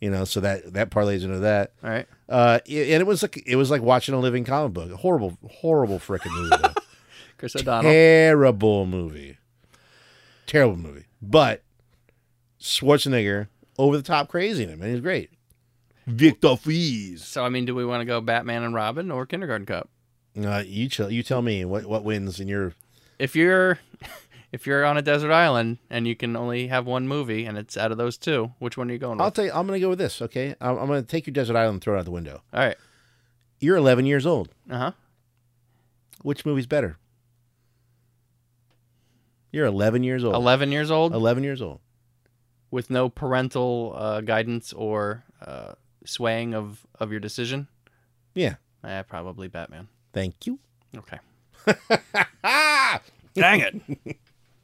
Speaker 1: You know, so that that parlays into that.
Speaker 2: All right.
Speaker 1: Uh, i- and it was like it was like watching a living comic book. A horrible, horrible freaking movie. though.
Speaker 2: Chris O'Donnell.
Speaker 1: Terrible movie. Terrible movie. But Schwarzenegger over the top crazy in him, and he's great. Victor Fries.
Speaker 2: So I mean, do we want to go Batman and Robin or Kindergarten Cup?
Speaker 1: Uh, you tell you tell me what what wins in your
Speaker 2: If you're if you're on a desert island and you can only have one movie and it's out of those two, which one are you going with?
Speaker 1: I'll tell you. I'm gonna go with this. Okay, I'm, I'm gonna take your desert island and throw it out the window.
Speaker 2: All right.
Speaker 1: You're 11 years old.
Speaker 2: Uh huh.
Speaker 1: Which movie's better? You're 11 years old.
Speaker 2: 11 years old
Speaker 1: 11 years old.
Speaker 2: with no parental uh, guidance or uh, swaying of, of your decision?
Speaker 1: Yeah.
Speaker 2: Eh, probably Batman.
Speaker 1: Thank you.
Speaker 2: Okay.
Speaker 1: Ah!
Speaker 2: Dang it.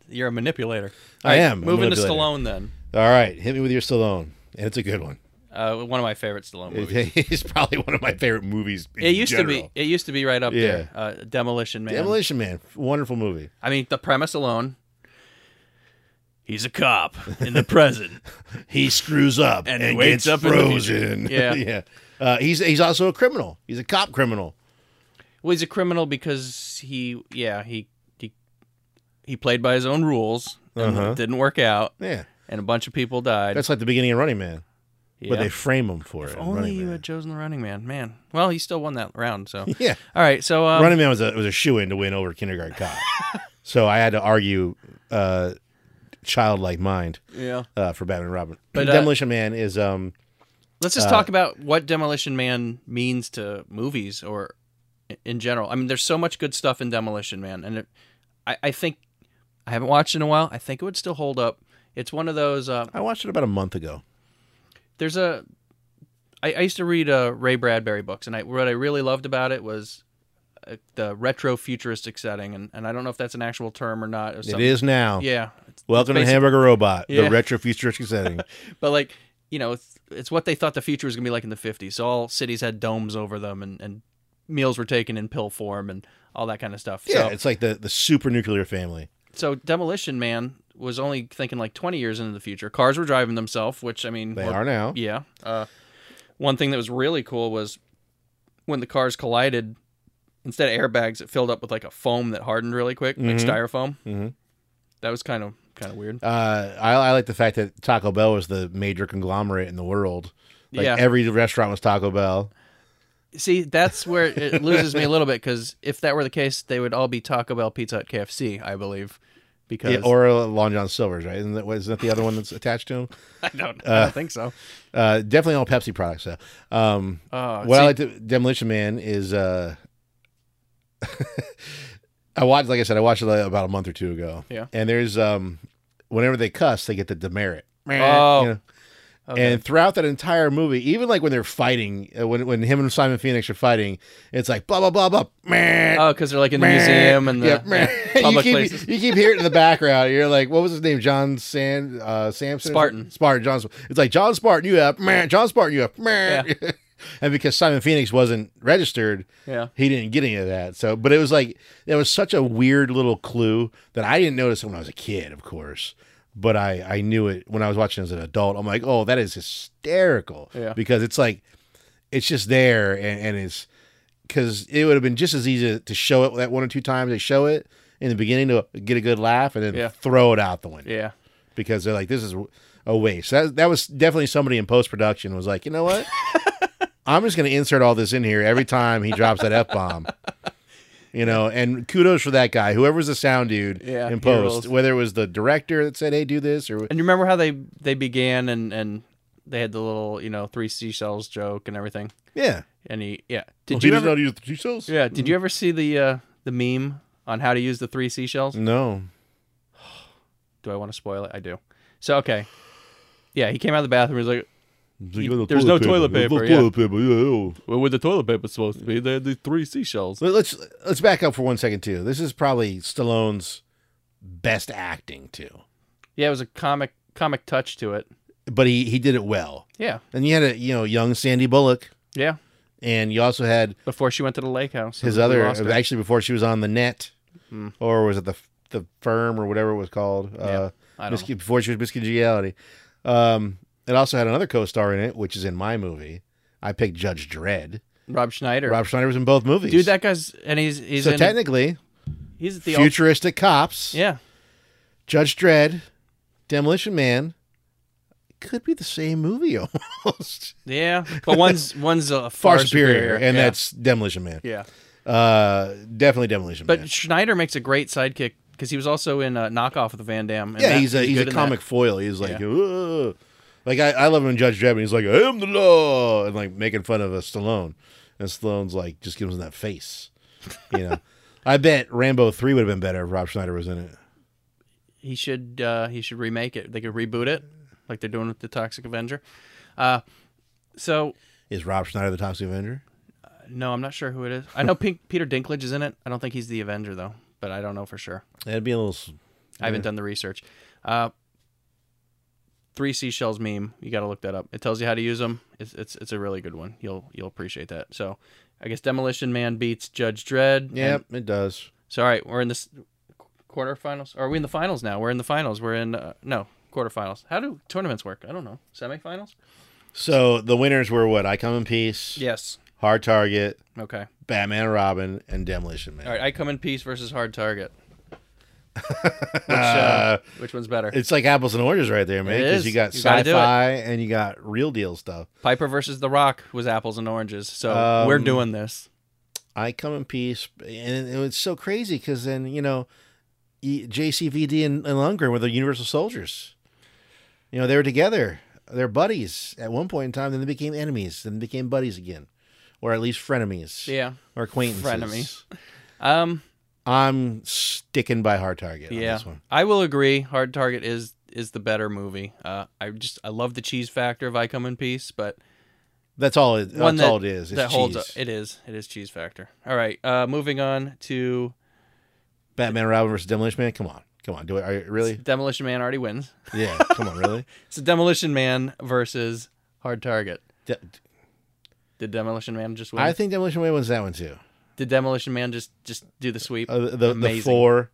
Speaker 2: You're a manipulator.
Speaker 1: I am a
Speaker 2: Moving to
Speaker 1: manipulator.
Speaker 2: Stallone then.
Speaker 1: All right, hit me with your Stallone. And it's a good one.
Speaker 2: Uh, one of my favorite Stallone movies.
Speaker 1: It's probably one of my favorite movies. in
Speaker 2: It used to
Speaker 1: general.
Speaker 2: be. It used to be right up
Speaker 1: Yeah.
Speaker 2: there. Uh, Demolition Man.
Speaker 1: Demolition Man, wonderful movie.
Speaker 2: I mean, the premise alone. He's a cop in the present.
Speaker 1: He screws up
Speaker 2: And
Speaker 1: and,
Speaker 2: he wakes
Speaker 1: gets
Speaker 2: up in the
Speaker 1: frozen.
Speaker 2: future. Yeah.
Speaker 1: yeah. Uh, he's he's also a criminal. He's a cop criminal.
Speaker 2: well, he's a criminal because he, yeah, he he, he played by his own rules and
Speaker 1: Uh-huh.
Speaker 2: it didn't work out,
Speaker 1: Yeah,
Speaker 2: and a bunch of people died.
Speaker 1: that's like the beginning of Running Man,
Speaker 2: yeah.
Speaker 1: but they frame him for
Speaker 2: if
Speaker 1: it. in
Speaker 2: only
Speaker 1: Running
Speaker 2: you
Speaker 1: Man.
Speaker 2: had chosen the Running Man, man. Well, he still won that round. So
Speaker 1: Yeah,
Speaker 2: all right, so um,
Speaker 1: Running Man was a was a shoe in to win over Kindergarten Cop. so I had to argue uh, childlike mind
Speaker 2: yeah.
Speaker 1: uh, for Batman and Robin.
Speaker 2: But, uh,
Speaker 1: Demolition Man is um
Speaker 2: Let's just talk about what Demolition Man means to movies or i- in general. I mean, there's so much good stuff in Demolition Man, and it, I, I think I haven't watched in a while. I think it would still hold up. It's one of those. Uh,
Speaker 1: I watched it about a month ago.
Speaker 2: there's a. I, I used to read uh, Ray Bradbury books, and I, what I really loved about it was uh, the retro futuristic setting, and, and I don't know if that's an actual term or not. It, was
Speaker 1: It
Speaker 2: something-
Speaker 1: is now.
Speaker 2: Yeah, it's-
Speaker 1: Welcome to
Speaker 2: basic-
Speaker 1: Hamburger Robot,
Speaker 2: Yeah.
Speaker 1: the retro futuristic setting.
Speaker 2: but like you know it's, it's what they thought the future was going to be like in the 50s so all cities had domes over them and, and meals were taken in pill form and all that kind of stuff
Speaker 1: yeah,
Speaker 2: so,
Speaker 1: it's like the the super nuclear family.
Speaker 2: so demolition man was only thinking like 20 years into the future cars were driving themselves which i mean
Speaker 1: They
Speaker 2: were-
Speaker 1: are now.
Speaker 2: yeah uh, one thing that was really cool was when the cars collided instead of airbags it filled up with like a foam that hardened really quick like
Speaker 1: Mhm.
Speaker 2: styrofoam
Speaker 1: Mhm.
Speaker 2: that was kind of kind of weird
Speaker 1: Uh, I, I like the fact that Taco Bell was the major conglomerate in the world. Like
Speaker 2: yeah
Speaker 1: every restaurant was Taco Bell.
Speaker 2: See, that's where it loses me a little bit because if that were the case, they would all be Taco Bell, Pizza Hut, KFC, I believe. Because
Speaker 1: Yeah, or uh, Long John Silver's, right? Isn't that, isn't that the other one that's attached to him?
Speaker 2: I don't, I
Speaker 1: uh,
Speaker 2: don't think so.
Speaker 1: Uh, definitely all Pepsi products, though. Um,
Speaker 2: Uh,
Speaker 1: what
Speaker 2: see,
Speaker 1: I like to Demolition Man is uh I watched like I said, I watched it like about a month or two ago.
Speaker 2: Yeah.
Speaker 1: And there's um whenever they cuss, they get the demerit.
Speaker 2: Oh.
Speaker 1: You know?
Speaker 2: okay.
Speaker 1: And throughout that entire movie, even like when they're fighting, uh, when when him and Simon Phoenix are fighting, it's like blah blah blah blah. meh,
Speaker 2: oh, because they're like in the
Speaker 1: meh,
Speaker 2: museum and the
Speaker 1: yeah, meh.
Speaker 2: yeah, public
Speaker 1: you, keep,
Speaker 2: places.
Speaker 1: you keep hearing it in the background. You're like, what was his name? John San uh, Samson? or
Speaker 2: Spartan.
Speaker 1: something? Spartan. John. Sp- It's like John Spartan. You have meh, John Spartan. You have meh. and because Simon Phoenix wasn't registered,
Speaker 2: Yeah.
Speaker 1: he didn't get any of that. So, but it was like that was such a weird little clue that I didn't notice when I was a kid, of course. But I I knew it when I was watching as an adult. I'm like, oh, that is hysterical.
Speaker 2: Yeah.
Speaker 1: Because it's like, it's just there, and, and it's because it would have been just as easy to show it that one or two times they show it in the beginning to get a good laugh and then
Speaker 2: Yeah.
Speaker 1: throw it out the window
Speaker 2: Yeah.
Speaker 1: because they're like, this is away. So that that was definitely somebody in post production was like, you know what? I'm just going to insert all this in here every time he drops that f bomb. You know, and kudos for that guy, whoever's the sound dude
Speaker 2: Yeah,
Speaker 1: in
Speaker 2: he
Speaker 1: post,
Speaker 2: rules.
Speaker 1: whether it was the director that said, "Hey, do this," or
Speaker 2: And you remember how they they began and and they had the little you know three seashells joke and everything.
Speaker 1: yeah,
Speaker 2: And he yeah. Did
Speaker 1: Well, he Mm-hmm.
Speaker 2: you
Speaker 1: does
Speaker 2: ever,
Speaker 1: not use the two cells?
Speaker 2: yeah? Did you ever see the uh, the meme on how to use the three seashells?
Speaker 1: No.
Speaker 2: Do I want to spoil it? I do. So okay. Yeah, he came out of the bathroom. He's like, There's no toilet paper, yeah. "Well, with the toilet paper supposed to be? They had the three seashells."
Speaker 1: Let- Let's let's back up for one second too. This is probably Stallone's best acting too,
Speaker 2: Yeah, it was a comic comic touch to it.
Speaker 1: but he he did it well.
Speaker 2: Yeah,
Speaker 1: And you had a you know young Sandy Bullock,
Speaker 2: yeah.
Speaker 1: and you also had
Speaker 2: Before she went to the lake house,
Speaker 1: his
Speaker 2: We
Speaker 1: other
Speaker 2: lost her.
Speaker 1: actually before she was on the net,
Speaker 2: Mm.
Speaker 1: or was it the the firm or whatever it was called? Uh,
Speaker 2: I don't
Speaker 1: Miss- before she was Miscongeniality. Um, it also had another co-star in it, which is in my movie. I picked Judge Dredd.
Speaker 2: know. Rob Schneider,
Speaker 1: Rob Schneider was in both movies.
Speaker 2: dude, that guy's and he's he's
Speaker 1: so
Speaker 2: in
Speaker 1: technically,
Speaker 2: he's the ult-
Speaker 1: futuristic cops.
Speaker 2: yeah
Speaker 1: Judge Dredd, Demolition Man, could be the same movie almost.
Speaker 2: yeah. But one's one's a
Speaker 1: Far, superior, and
Speaker 2: yeah.
Speaker 1: that's Demolition Man.
Speaker 2: yeah.
Speaker 1: Uh, definitely Demolition
Speaker 2: But
Speaker 1: Man.
Speaker 2: Schneider makes a great sidekick because he was also in uh, Knockoff with Van Damme. and
Speaker 1: Yeah,
Speaker 2: that-
Speaker 1: he's a he's
Speaker 2: good
Speaker 1: a
Speaker 2: in
Speaker 1: comic foil. He's like,
Speaker 2: Yeah.
Speaker 1: "Ugh." like I, I love him in Judge Dredd. And he's like, I am the law, and like making fun of a Stallone, and Stallone's like just gives him that face. You know, I bet Rambo three would have been better if Rob Schneider was in it.
Speaker 2: that. He should uh, he should remake it. They could reboot it like they're doing with the Toxic Avenger. Uh, so
Speaker 1: Is Rob Schneider the Toxic Avenger?
Speaker 2: no, I'm not sure who it is. I know Pink, Peter Dinklage is in it. I don't think he's the Avenger though, but I don't know for sure.
Speaker 1: That'd be a little. s-
Speaker 2: I haven't done the research. Uh, three seashells meme. You got to look that up. It tells you how to use them. It's, it's it's a really good one. You'll you'll appreciate that. So, I guess Demolition Man beats Judge Dredd.
Speaker 1: Yep,
Speaker 2: And,
Speaker 1: it does.
Speaker 2: so all right, we're in this quarterfinals. Are we in the finals now? We're in the finals. We're in uh, no quarterfinals. How do tournaments work? I don't know. Semifinals.
Speaker 1: So the winners were what? I Come in Peace,
Speaker 2: Yes.
Speaker 1: Hard Target,
Speaker 2: Okay.
Speaker 1: Batman and Robin, and Demolition Man.
Speaker 2: All right. I come in peace versus hard target. which, uh,
Speaker 1: Uh,
Speaker 2: which one's better?
Speaker 1: It's like apples and oranges right there, man.
Speaker 2: It
Speaker 1: Because
Speaker 2: is.
Speaker 1: you got
Speaker 2: You gotta do it.
Speaker 1: sci-fi and you got real deal stuff.
Speaker 2: Piper versus The Rock was apples and oranges. So we're
Speaker 1: Um,
Speaker 2: doing this.
Speaker 1: I come in peace, and it was so crazy because then you know, E- JCVD and, and Lundgren were the Universal Soldiers. You know, they were together. They're buddies at one point in time. Then they became enemies. Then they became buddies again, or at least frenemies
Speaker 2: Yeah.
Speaker 1: or acquaintances.
Speaker 2: Frenemy. Um.
Speaker 1: I'm sticking by Hard Target. on
Speaker 2: yeah
Speaker 1: this one.
Speaker 2: i will agree hard target is is the better movie uh i just i love the cheese factor of i come in peace but
Speaker 1: that's all. It,
Speaker 2: One
Speaker 1: that's
Speaker 2: that-
Speaker 1: all it is. It's
Speaker 2: that holds up
Speaker 1: cheese.
Speaker 2: it is it is cheese factor all right uh moving on to
Speaker 1: Batman, and Robin versus Demolition Man. Come on, come on. Do it. Are you, really?
Speaker 2: demolition man already wins
Speaker 1: Yeah. Come on, really.
Speaker 2: so demolition man versus hard target
Speaker 1: De-
Speaker 2: did demolition man just win
Speaker 1: I think Demolition Man wins that one too.
Speaker 2: did demolition man just just do the sweep
Speaker 1: Uh, the the
Speaker 2: Amazing.
Speaker 1: four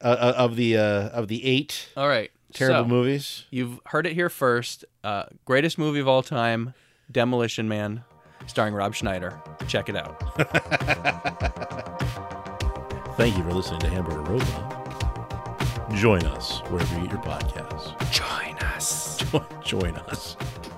Speaker 1: uh, uh, of the uh, of the eight
Speaker 2: all right
Speaker 1: terrible
Speaker 2: so,
Speaker 1: movies.
Speaker 2: you've heard it here first uh greatest movie of all time demolition man starring rob schneider check it out
Speaker 1: Thank you for listening to Hamburger Robot. Join us wherever you get your podcasts.
Speaker 2: join us
Speaker 1: Join us.